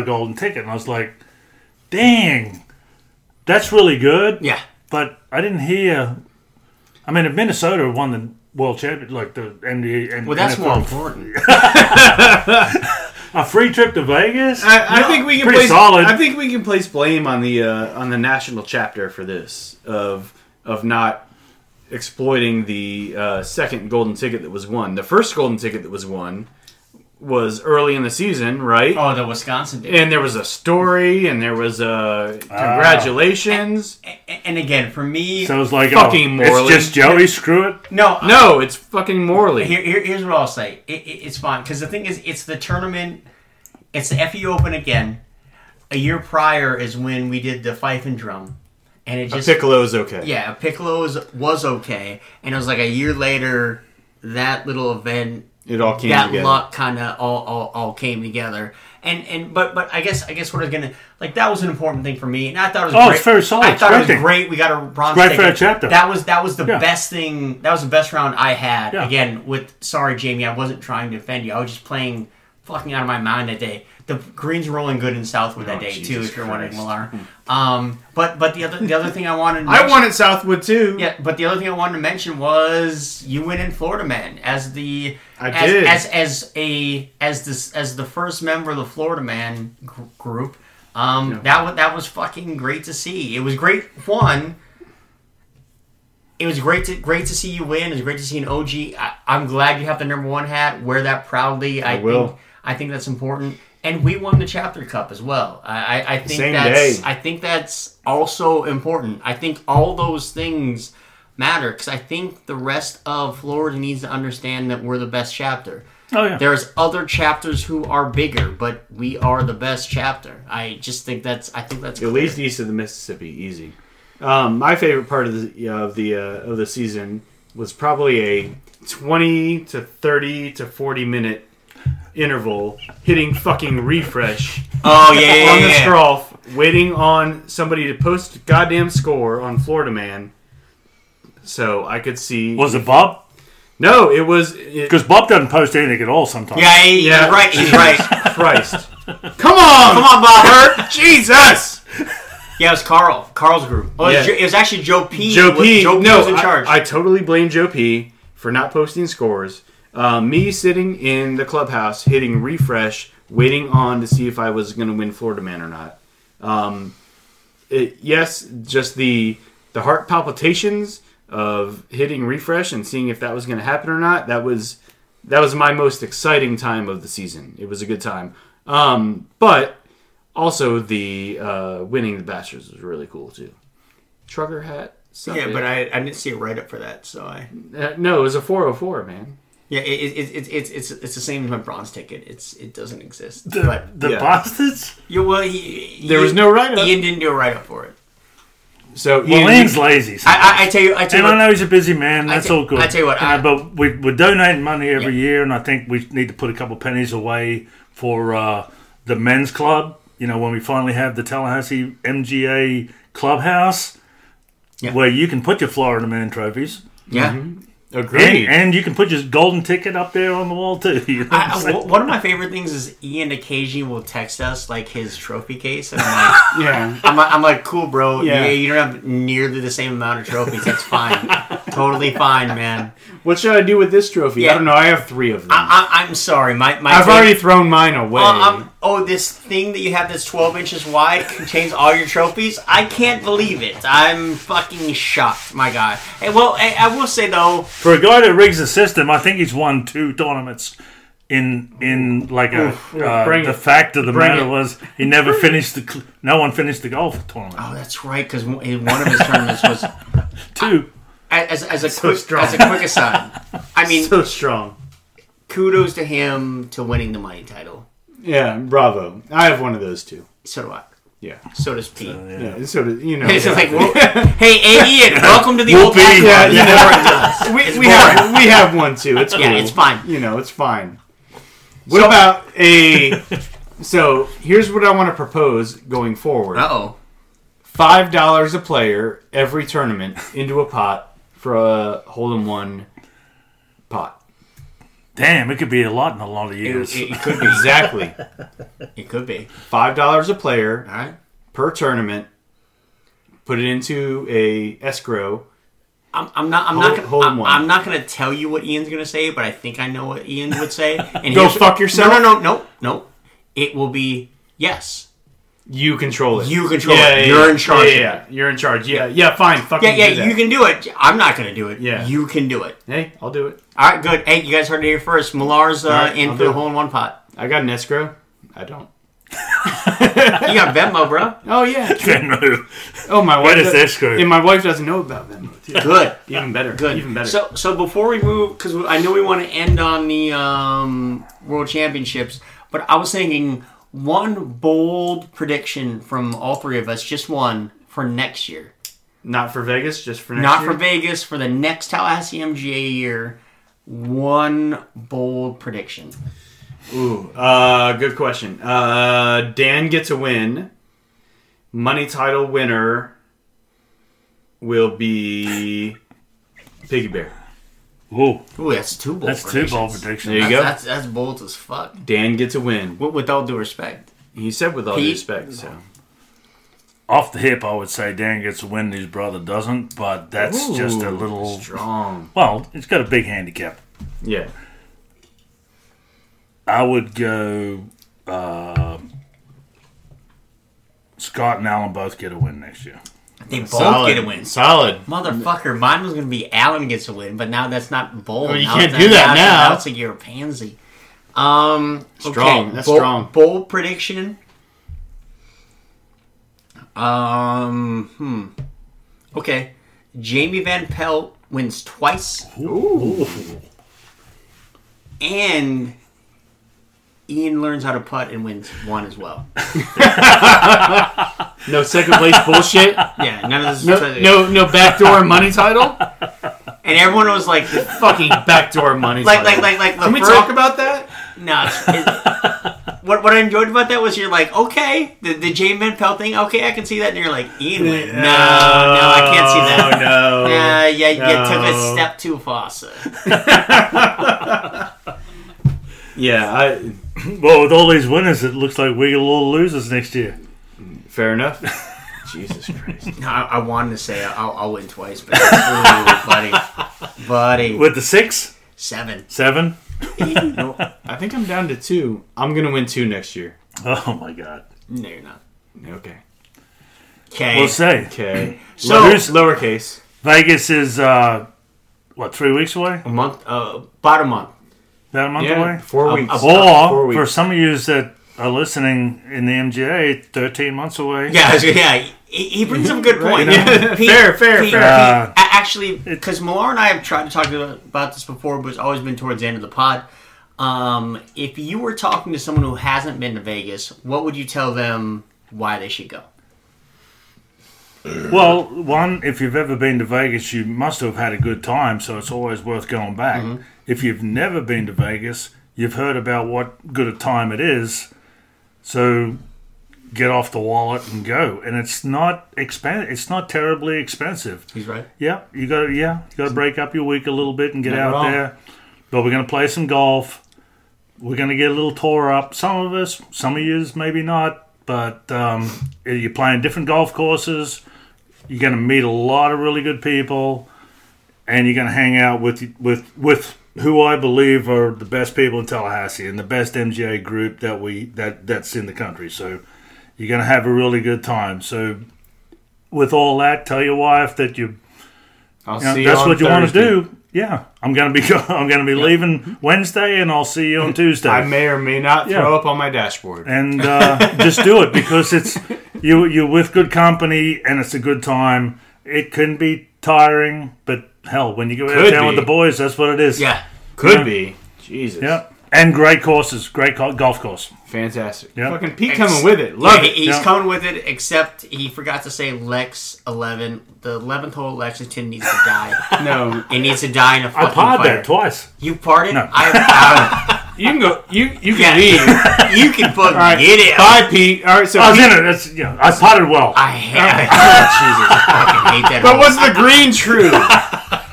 S4: a golden ticket, and I was like, "Dang, that's really good."
S3: Yeah.
S4: but I didn't hear. I mean, if Minnesota won the world champion, like the NBA and
S3: Well, that's
S4: NFL,
S3: more important.
S4: a free trip to Vegas.
S3: Uh,
S2: I, I think we can
S4: pretty
S2: place,
S4: solid.
S2: I think we can place blame on the uh, on the national chapter for this of of not exploiting the uh, second golden ticket that was won. The first golden ticket that was won was early in the season, right?
S3: Oh, the Wisconsin did.
S2: And there was a story, and there was
S4: Ah.
S2: a congratulations.
S3: A- And again, for me,
S4: so I was like,
S2: Fucking
S4: oh, it's
S2: Moreland.
S4: just Joey. Screw it.
S3: no, I-
S2: no, it's fucking Morley.
S3: here, here- here's what I'll say. It, it, it's fine because the thing is, it's the tournament. It's the FE Open again. A year prior is when we did the fife and drum, and it just
S2: Piccolo's okay.
S3: yeah, Piccolo's was okay, and it was like a year later that little event
S2: it all came
S3: that
S2: together.
S3: luck kind of all, all all came together. And and but but I guess I guess we're gonna like that was an important thing for me, and I thought it was
S4: Oh,
S3: great.
S4: it's very solid.
S3: I thought
S4: Great
S3: it was
S4: thing.
S3: great. We got a bronze.
S4: It's great for
S3: ticket.
S4: a chapter.
S3: That was that was the
S4: Yeah.
S3: best thing. That was the best round I had.
S4: Yeah.
S3: Again, with sorry Jamie, I wasn't trying to offend you. I was just playing fucking out of my mind that day. The greens were rolling good in Southwood that day too,
S2: Oh, Jesus
S3: if you're wondering,
S2: Christ.
S3: Millar. Um, but but the other the other thing I wanted to
S2: I
S3: mention-
S2: wanted Southwood too.
S3: yeah, but the other thing I wanted to mention was you went in Florida Man as the
S2: I
S3: as,
S2: did.
S3: as as a as this as the first member of the Florida Man gr- group. Um, that was that was fucking great to see. It was great one. It was great to great to see you win. It was great to see an OG. I, I'm glad you have the number one hat. Wear that proudly. I,
S2: will.
S3: think I think that's important. And we won the chapter cup as well. I, I, I think
S2: Same
S3: that's
S2: day.
S3: I think that's also important. I think all those things matter because I think the rest of Florida needs to understand that we're the best chapter.
S4: Oh yeah.
S3: There's other chapters who are bigger, but we are the best chapter. I just think that's I think that's
S2: At
S3: clear.
S2: least east of the Mississippi, easy. Um, my favorite part of the of the uh, of the season was probably a twenty to thirty to forty minute interval hitting fucking refresh
S3: Oh yeah, yeah,
S2: on
S3: yeah,
S2: the
S3: yeah.
S2: scroll, waiting on somebody to post a goddamn score on Florida Man, so I could see.
S4: Was it Bob?
S2: no, it was it,
S4: Because Bob doesn't post anything at all sometimes.
S3: Yeah, he- he's
S2: Yeah.
S3: right. He's right.
S2: Christ. Come on,
S3: Come on, Bob.
S2: Bert. Jesus.
S3: Yeah, it was Carl. Carl's group. Oh, it, was
S2: Yeah.
S3: Jo- it was actually Joe P.
S2: Joe
S3: Was-
S2: P.
S3: Joe P
S2: no,
S3: was in charge.
S2: I, I totally blame Joe P. for not posting scores. Uh, me sitting in the clubhouse, hitting refresh, waiting on to see if I was going to win Florida Man or not. Um, it, yes, just the the heart palpitations of hitting refresh and seeing if that was going to happen or not. That was that was my most exciting time of the season. It was a good time, um, but also the uh, winning the Bastards was really cool too. Trucker hat. suck
S3: yeah,
S2: it.
S3: but I, I didn't see a write up for that, so I
S2: Uh, no, it was a 404, man.
S3: yeah, it, it, it, it, it's it's it's the same as my bronze ticket. It's it doesn't exist.
S4: The,
S3: but
S4: the
S2: Yeah.
S4: bastards.
S3: yeah, well, he,
S2: There was
S3: Ian-
S2: no write-up.
S3: Ian didn't do a write up for it.
S2: So
S4: Well,
S2: Ian,
S4: Ian's lazy. so-
S3: I, I, I tell you, I tell
S4: and
S3: you,
S4: I
S3: what,
S4: know he's a busy man. That's
S3: tell-
S4: all good.
S3: I tell you what,
S4: know,
S3: I-
S4: but we, we're donating money every year, and I think we need to put a couple pennies away for uh, the men's club. You know, when we finally have the Tallahassee MGA clubhouse,
S3: Yeah.
S4: where you can put your Florida Man trophies,
S3: yeah.
S2: Mhm.
S4: and,
S2: agreed.
S4: and you can put your golden ticket up there on the wall too. You know what I'm
S3: I, I,
S4: saying?
S3: Uh, one of my favorite things is Ian occasionally will text us like his trophy case, and I'm like,
S2: yeah.
S3: I'm like, I'm like cool, bro.
S2: Yeah.
S3: Yeah. you don't have nearly the same amount of trophies. That's fine, totally fine, man.
S2: What should I do with this trophy? I
S3: Yeah.
S2: don't know. I have three of them. I,
S3: I, I, I'm sorry, my my.
S2: have
S3: thing-
S2: already thrown mine away.
S3: Uh, um, oh, this thing that you have that's 12 inches wide contains all your trophies? I can't believe it. I'm fucking shocked, my guy. Hey, well, I, I will say, though,
S4: For a guy that rigs the system, I think he's won two tournaments. In in like a uh,
S2: Bring
S4: the
S2: it.
S4: fact of the
S2: Bring
S4: matter
S2: it.
S4: was he never finished the cl- no one finished the golf tournament
S3: oh, that's right, because one of his tournaments was,
S4: two
S3: as, as, a, quick,
S2: strong.
S3: as a quick aside, I mean,
S2: so strong.
S3: kudos to him to winning the money title.
S2: Yeah, bravo. I have one of those too.
S3: So do I.
S2: Yeah.
S3: So does Pete.
S2: Yeah. So do- you know.
S3: It's
S2: yeah.
S3: just like, well, hey, hey, Ian, welcome to the
S4: We'll
S3: old
S4: be-
S3: Black
S2: yeah,
S3: Club.
S2: you know, we, we have we have one too. It's
S3: Yeah,
S2: cool.
S3: it's fine.
S2: You know, it's fine. What about a? So here's what I want to propose going forward.
S3: Uh-oh.
S2: five dollars a player every tournament into a pot for a hole in one pot.
S4: Damn, it could be a lot in a lot of years.
S3: It, it could be.
S2: Exactly.
S3: It could be.
S2: Five dollars a player
S3: All right.
S2: per tournament. Put it into a escrow.
S3: I'm, I'm not. I'm
S2: Hold-
S3: not. Gonna,
S2: hold
S3: I'm,
S2: one.
S3: I'm not going to tell you what Ian's going to say, but I think I know what Ian would say. And
S2: Go
S3: here's-
S2: fuck yourself?
S3: No, no, no, no, no. It will be yes.
S2: You control it.
S3: You control it. You're in charge
S2: Yeah,
S3: of
S2: yeah, You're in charge. Yeah, yeah. Fine. Fucking
S3: Yeah, yeah.
S2: do that.
S3: You can do it. I'm not going to do it.
S2: Yeah.
S3: You can do it.
S2: Hey, I'll do it.
S3: All right. Good. Hey, you guys heard it here first. Millar's uh,
S2: right,
S3: in
S2: I'll
S3: for
S2: do
S3: the
S2: it.
S3: hole in one pot.
S2: I got an escrow. I don't.
S3: You got Venmo, bro.
S2: Oh yeah. true.
S4: Then, uh,
S2: Oh my wife.
S4: is
S2: does-
S4: escrow?
S2: And my wife doesn't know about them.
S3: Good.
S2: Even better.
S3: Good.
S2: Even better.
S3: So, so before we move, because I know we want to end on the um, World Championships, but I was thinking one bold prediction from all three of us, just one for next year,
S2: not for Vegas, just for next
S3: not
S2: year?
S3: for Vegas, for the next Tallahassee MGA year. One bold prediction.
S2: Ooh, uh, good question. Uh, Dan gets a win. Money title winner will be Piggy Bear.
S4: Whoa,
S3: Ooh, that's two bold.
S4: that's two
S3: predictions.
S4: bold
S2: There you
S4: predictions.
S3: That's,
S2: go.
S3: that's that's bold as fuck.
S2: Dan gets a win.
S3: With, with all due respect,
S2: He said with all due
S3: Pete?
S2: respect. So
S4: Off the hip, I would say Dan gets a win, his brother doesn't, but that's just a
S2: Ooh,
S4: little.
S2: strong.
S4: Well, it's got a big handicap.
S2: Yeah.
S4: I would go. Uh, Scott and Alan both get a win next year.
S3: they both
S2: Solid.
S3: get a win.
S2: Solid.
S3: Motherfucker, mine was gonna be Allen gets a win, but now that's not bold.
S2: Well, you
S3: Now
S2: can't
S3: it's-
S2: do that
S3: it's-
S2: now.
S3: Now it's like you're a pansy. Um,
S2: Strong.
S3: okay,
S2: That's
S3: bold-
S2: strong.
S3: Bold prediction. Um, hmm. Okay, Jamie Van Pelt wins twice,
S2: Ooh.
S3: and Ian learns how to putt and wins one as well.
S2: No second place bullshit.
S3: Yeah, none of this.
S2: No, no, no backdoor money title.
S3: And everyone was like,
S2: Fucking backdoor money
S3: like, like,
S2: title.
S3: like, like.
S2: Can we
S3: LaFleur-
S2: talk about that?
S3: No, it's, it- what what I enjoyed about that was you're like, okay, the the J Man Pell thing, okay, I can see that, and you're like, Ian, went, no, no, I can't see that.
S2: Oh no.
S3: Nah, yeah, you took
S2: No.
S3: a step too far, sir.
S2: Yeah. I,
S4: Well, with all these winners, it looks like we're all losers next year.
S2: fair enough. Jesus Christ.
S3: No, I, I wanted to say I'll, I'll win twice, but ooh, buddy, buddy,
S4: With the six,
S3: seven.
S4: seven.
S3: no,
S2: I think I'm down to two. I'm gonna win two next year.
S4: Oh my god.
S3: no, you're not.
S2: Okay.
S3: Okay,
S4: We'll say
S2: Okay.
S3: So-
S2: Lower- lowercase.
S4: Vegas is uh, what three weeks away?
S3: a month, uh, about a month.
S4: About Oh, a month away.
S2: Four
S3: Um,
S2: weeks.
S3: um,
S2: Four
S4: Or for
S2: weeks.
S4: some of you that are listening in the MGA, thirteen months away.
S3: Yeah, I was- yeah. He, he brings up a good point.
S2: Yeah.
S3: Pete-
S2: Fair, fair,
S3: Pete-
S2: fair.
S3: Pete,
S4: Uh,
S3: a- actually, because Millar and I have tried to talk about this before, but it's always been towards the end of the pod. Um, if you were talking to someone who hasn't been to Vegas, what would you tell them why they should go?
S4: Well, one, if you've ever been to Vegas, you must have had a good time, so it's always worth going back.
S3: Mm-hmm.
S4: If you've never been to Vegas, you've heard about what good a time it is, so get off the wallet and go. And it's not expen- It's not terribly expensive.
S3: He's right.
S4: Yeah, you got to yeah, you got to break up your week a little bit and get
S2: Not
S4: out
S2: wrong.
S4: there. But we're going to play some golf. We're going to get a little tore up. Some of us, some of yous, maybe not. But um, you're playing different golf courses. You're going to meet a lot of really good people, and you're going to hang out with with with who I believe are the best people in Tallahassee and the best MGA group that we that that's in the country. So you're going to have a really good time. So with all that, tell your wife that you
S2: I'll
S4: yeah,
S2: see
S4: that's
S2: on
S4: what you want
S2: Thursday.
S4: to do. Yeah, I'm gonna be I'm gonna be leaving Wednesday, and I'll see you on Tuesday.
S2: I may or may not
S4: Yeah.
S2: throw up on my dashboard.
S4: and uh, just do it because it's you you're with good company and it's a good time. It can be tiring, but hell, when you go out
S2: Could
S4: there
S2: be.
S4: with the boys, that's what it is.
S3: Yeah.
S2: Could
S4: Yeah.
S2: be. Jesus.
S4: yeah, and great courses, great co- golf course.
S2: Fantastic.
S4: Yeah.
S2: Fucking Pete
S3: Ex-
S2: coming with it. Love
S3: Yeah,
S2: it.
S3: he- He's
S4: Yeah.
S3: coming with it, except he forgot to say Lex 11. The 11th hole Lexington needs to die.
S2: No,
S3: it needs to die in a
S4: I
S3: fucking
S4: parred
S3: fire.
S4: that twice.
S3: you parted?
S4: No.
S3: I,
S2: you can go. You you
S3: Yeah.
S2: can leave.
S3: I, you can fucking
S2: All right.
S3: get it.
S2: Bye, Pete. All right. So.
S4: I was
S2: Pete-
S4: in it. That's yeah. I potted well.
S3: I hate it.
S2: Oh, Jesus.
S3: I fucking hate that.
S2: But
S3: hole.
S2: was the green true?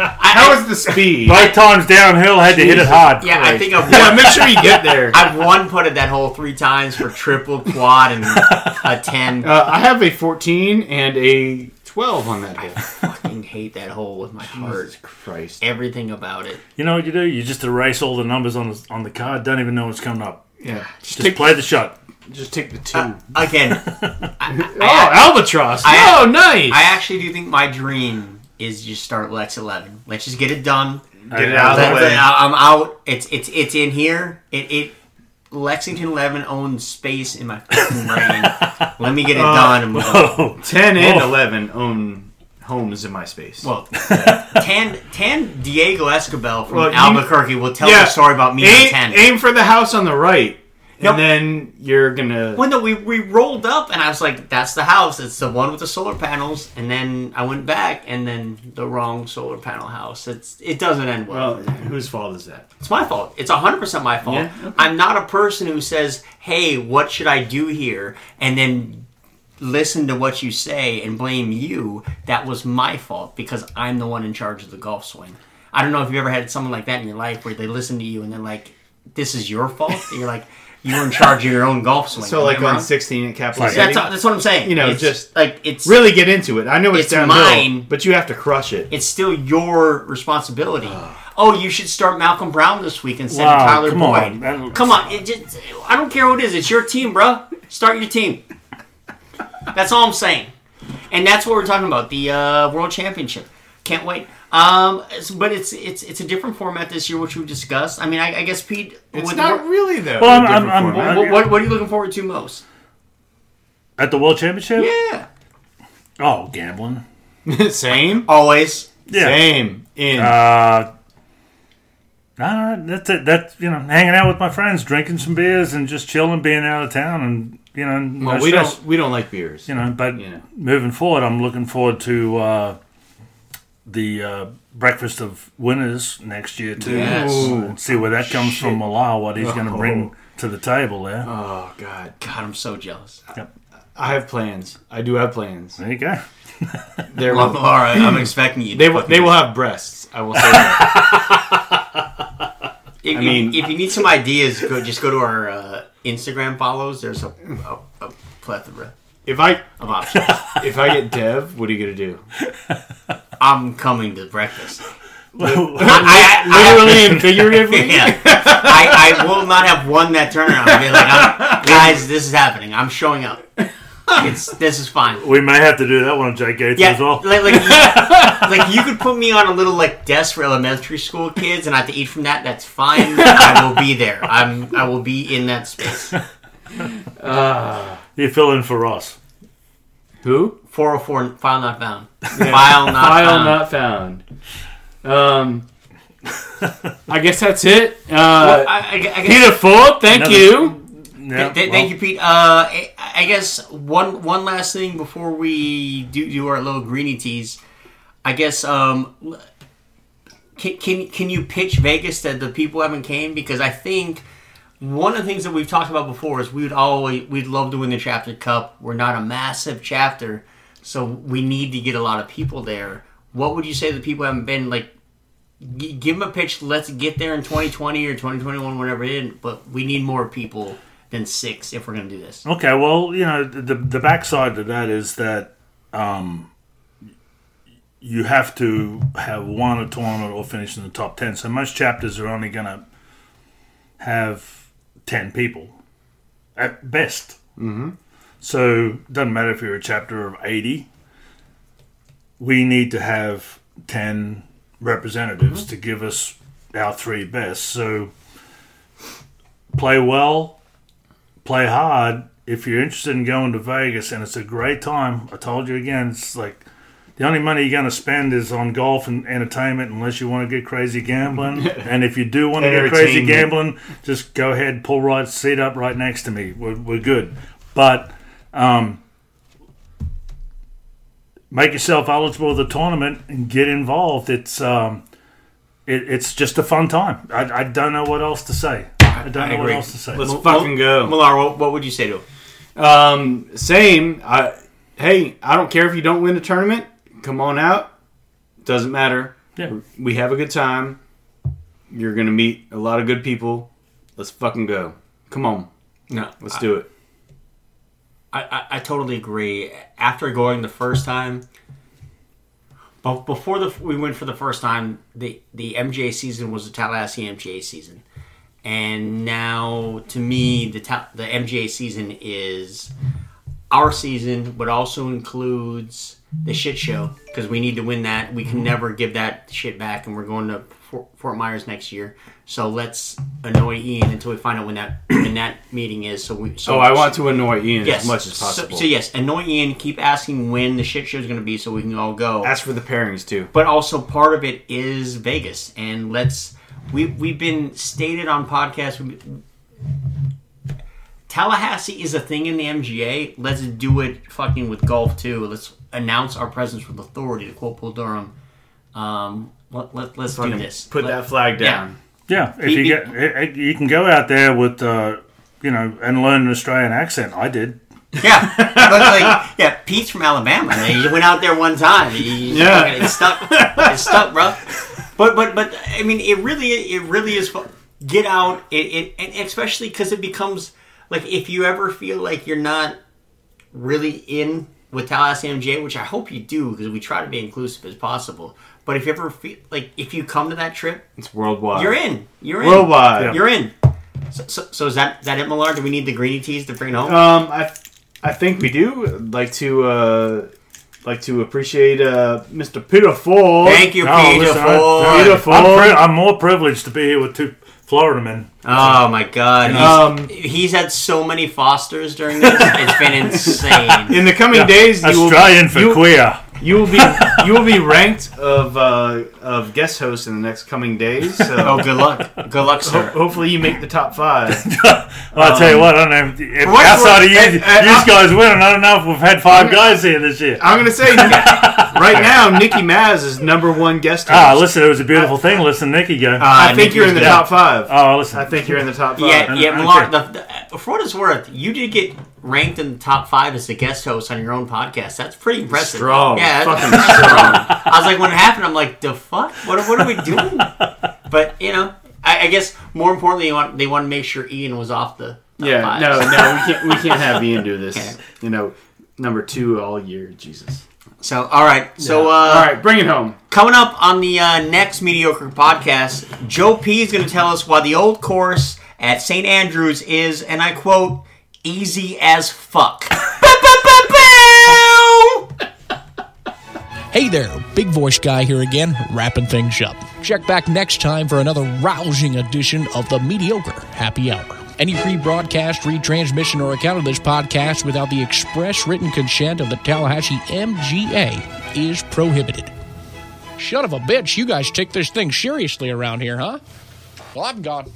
S2: How is the speed?
S4: Both times downhill, had to hit it hard.
S3: Yeah, I think I've
S2: yeah, make sure you get there.
S3: I've one putted that hole three times for triple, quad, and a ten.
S2: Uh, I have a 14 and a 12 on that hole.
S3: fucking hate that hole with my heart.
S2: Christ.
S3: Everything about it.
S4: You know what you do? You just erase all the numbers on the on the card. Don't even know what's coming up.
S2: Yeah. Just,
S4: Just
S2: take,
S4: play the shot.
S2: just take the two.
S3: Again,
S2: oh, albatross.
S3: I-
S2: oh, nice.
S3: I actually do think my dream is just start Lex Eleven. Let's just get it done.
S2: Get it out of the
S3: That's it.
S2: way.
S3: I- I'm out. It's it's it's in here. It it Lexington Eleven owns space in my fucking brain. Let me get it done and move on.
S4: Oh,
S2: 10 and
S4: Oh.
S2: 11 own homes in my space.
S3: Well, Tan Tan Diego Escobel from
S2: Well, you-
S3: Albuquerque will tell
S2: Yeah.
S3: the story about me and
S2: aim,
S3: Tan.
S2: aim for the house on the right,
S3: Yep.
S2: and then you're gonna.
S3: Well, no, we, we rolled up, and I was like, that's the house. It's the one with the solar panels. And then I went back, and then the wrong solar panel house. It's It doesn't end well.
S2: Well, Oh, whose fault is that?
S3: It's my fault. It's 100% my fault.
S2: Yeah, okay.
S3: I'm not a person who says, hey, what should I do here? And then listen to what you say and blame you. That was my fault because I'm the one in charge of the golf swing. I don't know if you ever had someone like that in your life where they listen to you and they're like, this is your fault. And you're like, you're in charge of your own golf swing.
S2: So,
S3: Am I
S2: like on
S3: wrong?
S2: 16 at Capital
S4: Like-
S2: City,
S3: That's, that's what I'm saying.
S2: You know,
S3: It's
S2: just-
S3: like it's really
S2: really get into it. I know it's,
S3: It's
S2: downhill,
S3: mine.
S2: but you have to crush it.
S3: it's still your responsibility. oh, you should start Malcolm Brown this week instead of
S4: Wow,
S3: Tyler
S4: come on.
S3: Boyd.
S4: That'll-
S3: Come on, it just, I don't care who it is. It's your team, bruh. Start your team. that's all I'm saying, and that's what we're talking about. The uh, World Championship. Can't wait. Um, s- but it's it's it's a different format this year, which we discussed. I mean, I, I guess Pete.
S2: It's
S3: with
S2: not
S3: wor-
S2: really though.
S4: Well, I'm-
S2: a different
S4: I'm- I'm-
S2: format.
S3: what, what what are you looking forward to most?
S4: at the World Championship?
S3: Yeah,
S4: Oh, gambling.
S2: same,
S3: always.
S4: Yeah.
S2: same. In
S4: Uh, no, no, that's it. That's you know, hanging out with my friends, drinking some beers, and just chilling, being out of town, and you know, no
S2: well, we
S4: stress.
S2: don't we don't like beers.
S4: you know, but
S2: know.
S4: moving forward, I'm looking forward to uh, the uh, breakfast of winners next year too.
S2: Yes.
S4: And see where that comes from, Malal, what he's going to
S2: Oh.
S4: bring to the table there.
S2: Oh God,
S3: God, I'm so jealous.
S2: I have plans. I do have plans.
S4: There you go.
S2: There
S3: Well,
S2: will,
S3: all right, I'm expecting you. to
S2: they will
S3: fucking-
S2: they will have breasts. I will say that.
S3: If,
S2: I
S3: you-
S2: mean-
S3: if you need some ideas, go just go to our uh, Instagram follows. There's a, a, a plethora
S2: if I
S3: of options.
S2: if I get Dev, what are you gonna do?
S3: I'm coming to breakfast. I,
S4: Well,
S3: I, I,
S2: Literally and figuratively.
S3: yeah. I, I will not have won that turnaround. I'll be like, I'm, guys, this is happening. I'm showing up. It's this is fine.
S4: we may have to do that one on Jake Gates
S3: Yeah,
S4: as well.
S3: like like you, like you could put me on a little like desk for elementary school kids, and I have to eat from that. That's fine. I will be there. I'm I will be in that space.
S4: You fill in for Ross.
S2: Who? Uh,
S3: 404 file not found. File not
S2: File not found.
S3: found.
S2: Um, I guess that's it. Uh,
S3: I, I, I guess,
S2: Peter Ford, thank
S4: Another-
S2: you.
S4: Yeah,
S3: Th-
S4: well,
S3: thank you, Pete. Uh, I, I guess one one last thing before we do do our little greeny teas. I guess um, l- can, can can you pitch Vegas that the people haven't came because I think one of the things that we've talked about before is we would always we'd love to win the chapter cup. We're not a massive chapter, so we need to get a lot of people there. What would you say that people haven't been like? G- give them a pitch. Let's get there in 2020 or 2021, whatever it is. But we need more people than six if we're going to do this.
S4: Okay, well, you know, the the backside to that is that um, you have to have won a tournament or finish in the top ten. So most chapters are only going to have ten people at best. Mm-hmm. So doesn't matter if you're a chapter of eighty. We need to have ten representatives to give us our three best. So play well play hard if you're interested in going to Vegas and it's a great time. I told you again, it's like the only money you're going to spend is on golf and entertainment unless you want to get crazy gambling. and if you do want to get crazy
S2: Entertainment.
S4: gambling, just go ahead, pull right seat up right next to me. We're, we're good. But um, make yourself eligible for the tournament and get involved. It's um, it, it's just a fun time. I, I don't know what else to say. I don't
S3: I
S4: know what
S3: agree.
S4: else to say.
S2: Let's fucking go.
S3: Millar, what, what would you say to him?
S2: Um, same. I, hey, I don't care if you don't win the tournament. Come on out. Doesn't matter.
S4: Yeah.
S2: We have a good time. You're gonna meet a lot of good people. Let's fucking go. Come on,
S3: No,
S2: let's do it.
S3: I, I, I totally agree. After going the first time, but before the we went for the first time, the the MJ season was the Tallahassee MJ season, and now to me the ta- the MJ season is our season, but also includes the shit show because we need to win that. We can never give that shit back, and we're going to Fort, Fort Myers next year. So let's annoy Ian until we find out when that when that meeting is. So we. So
S2: Oh, I want to annoy Ian as much as
S3: so-
S2: possible.
S3: So, yes, annoy Ian. Keep asking when the shit show is going to be, so we can all go.
S2: Ask for the pairings too.
S3: but also, part of it is Vegas, and let's. We we've been stated on podcasts. we Tallahassee is a thing in the MGA. Let's do it fucking with golf too. Let's announce our presence with authority. To quote Paul Durham, um, let, let, let's do this.
S2: Put
S3: Let-
S2: that flag
S3: yeah.
S2: down.
S4: Yeah, if
S3: He-
S4: you
S3: he-
S4: get, i- i- you can go out there with, uh, you know, and learn an Australian accent. I did.
S3: Yeah, but like, yeah, Pete's from Alabama. Man. He went out there one time. He,
S2: Yeah.
S3: yeah, it stuck. It stuck, bro. But but but I mean, it really it really is. fu- Get out, it, it and especially because it becomes like if you ever feel like you're not really in with Tallahassee MJ, which I hope you do because we try to be inclusive as possible. But if you ever feel like if you come to that trip,
S2: It's worldwide.
S3: you're in. You're in.
S2: Uh, Worldwide.
S4: Yeah.
S3: You're in. So, so, so is that is that it, Millar? Do we need the greeny teas to bring it home?
S2: Um, I, I think we do like to uh, like to appreciate uh, Mr. Peter Ford. Oh,
S3: Thank you,
S4: No,
S3: Peter
S4: listen, I-
S3: Ford.
S2: Peter
S4: I'm,
S2: Ford.
S4: pri- I'm more privileged to be here with two Florida men.
S3: Oh my god.
S2: Um,
S3: He's, he's had so many fosters during this. It's been insane.
S2: in the coming days, you will,
S4: Australian for
S2: you-
S4: queer.
S2: you will be you will be ranked of uh, of guest hosts in the next coming days.
S3: Oh,
S2: So
S3: good luck. Good luck, sir.
S2: hopefully you make the top five.
S4: Well, I'll tell you what, I don't know. If, if
S2: what-
S4: outside of you,
S2: Um, and- and
S4: you
S2: I-
S4: guys winning, I don't know if we've had five guys here this year.
S2: I'm gonna say right now, Nikki Maz is number one guest host.
S4: Ah, listen, it was a beautiful thing. Listen, Nikki go.
S3: Uh,
S2: I think you're in the
S3: Yeah.
S2: top five.
S4: oh, listen.
S2: I think you're in the top five.
S3: Yeah, yeah,
S4: I don't
S3: Millar, the, the, for what it's worth, you did get ranked in the top five as the guest host on your own podcast. That's pretty impressive.
S2: Strong.
S3: Yeah, that's,
S2: Fucking
S3: that's strong. I was like, when it happened, I'm like, the fuck? What, what are we doing? But, you know, I, I guess more importantly, they want, they want to make sure Ian was off the top
S2: Yeah,
S3: five.
S2: no, no, we can't. We can't have Ian do this. You know, number two all year. Jesus.
S3: So, all right. So, uh,
S2: all right, bring it home.
S3: Coming up on the uh, next mediocre podcast, Joe P is going to tell us why the old course at St. Andrews is, and I quote, easy as fuck. Bow, bow, bow, bow!
S1: Hey there, Big Voice Guy here again, wrapping things up. Check back next time for another rousing edition of the Mediocre Happy Hour. Any rebroadcast, retransmission, or account of this podcast without the express written consent of the Tallahassee MGA is prohibited. Son of a bitch, you guys take this thing seriously around here, huh? Well, I'm gone.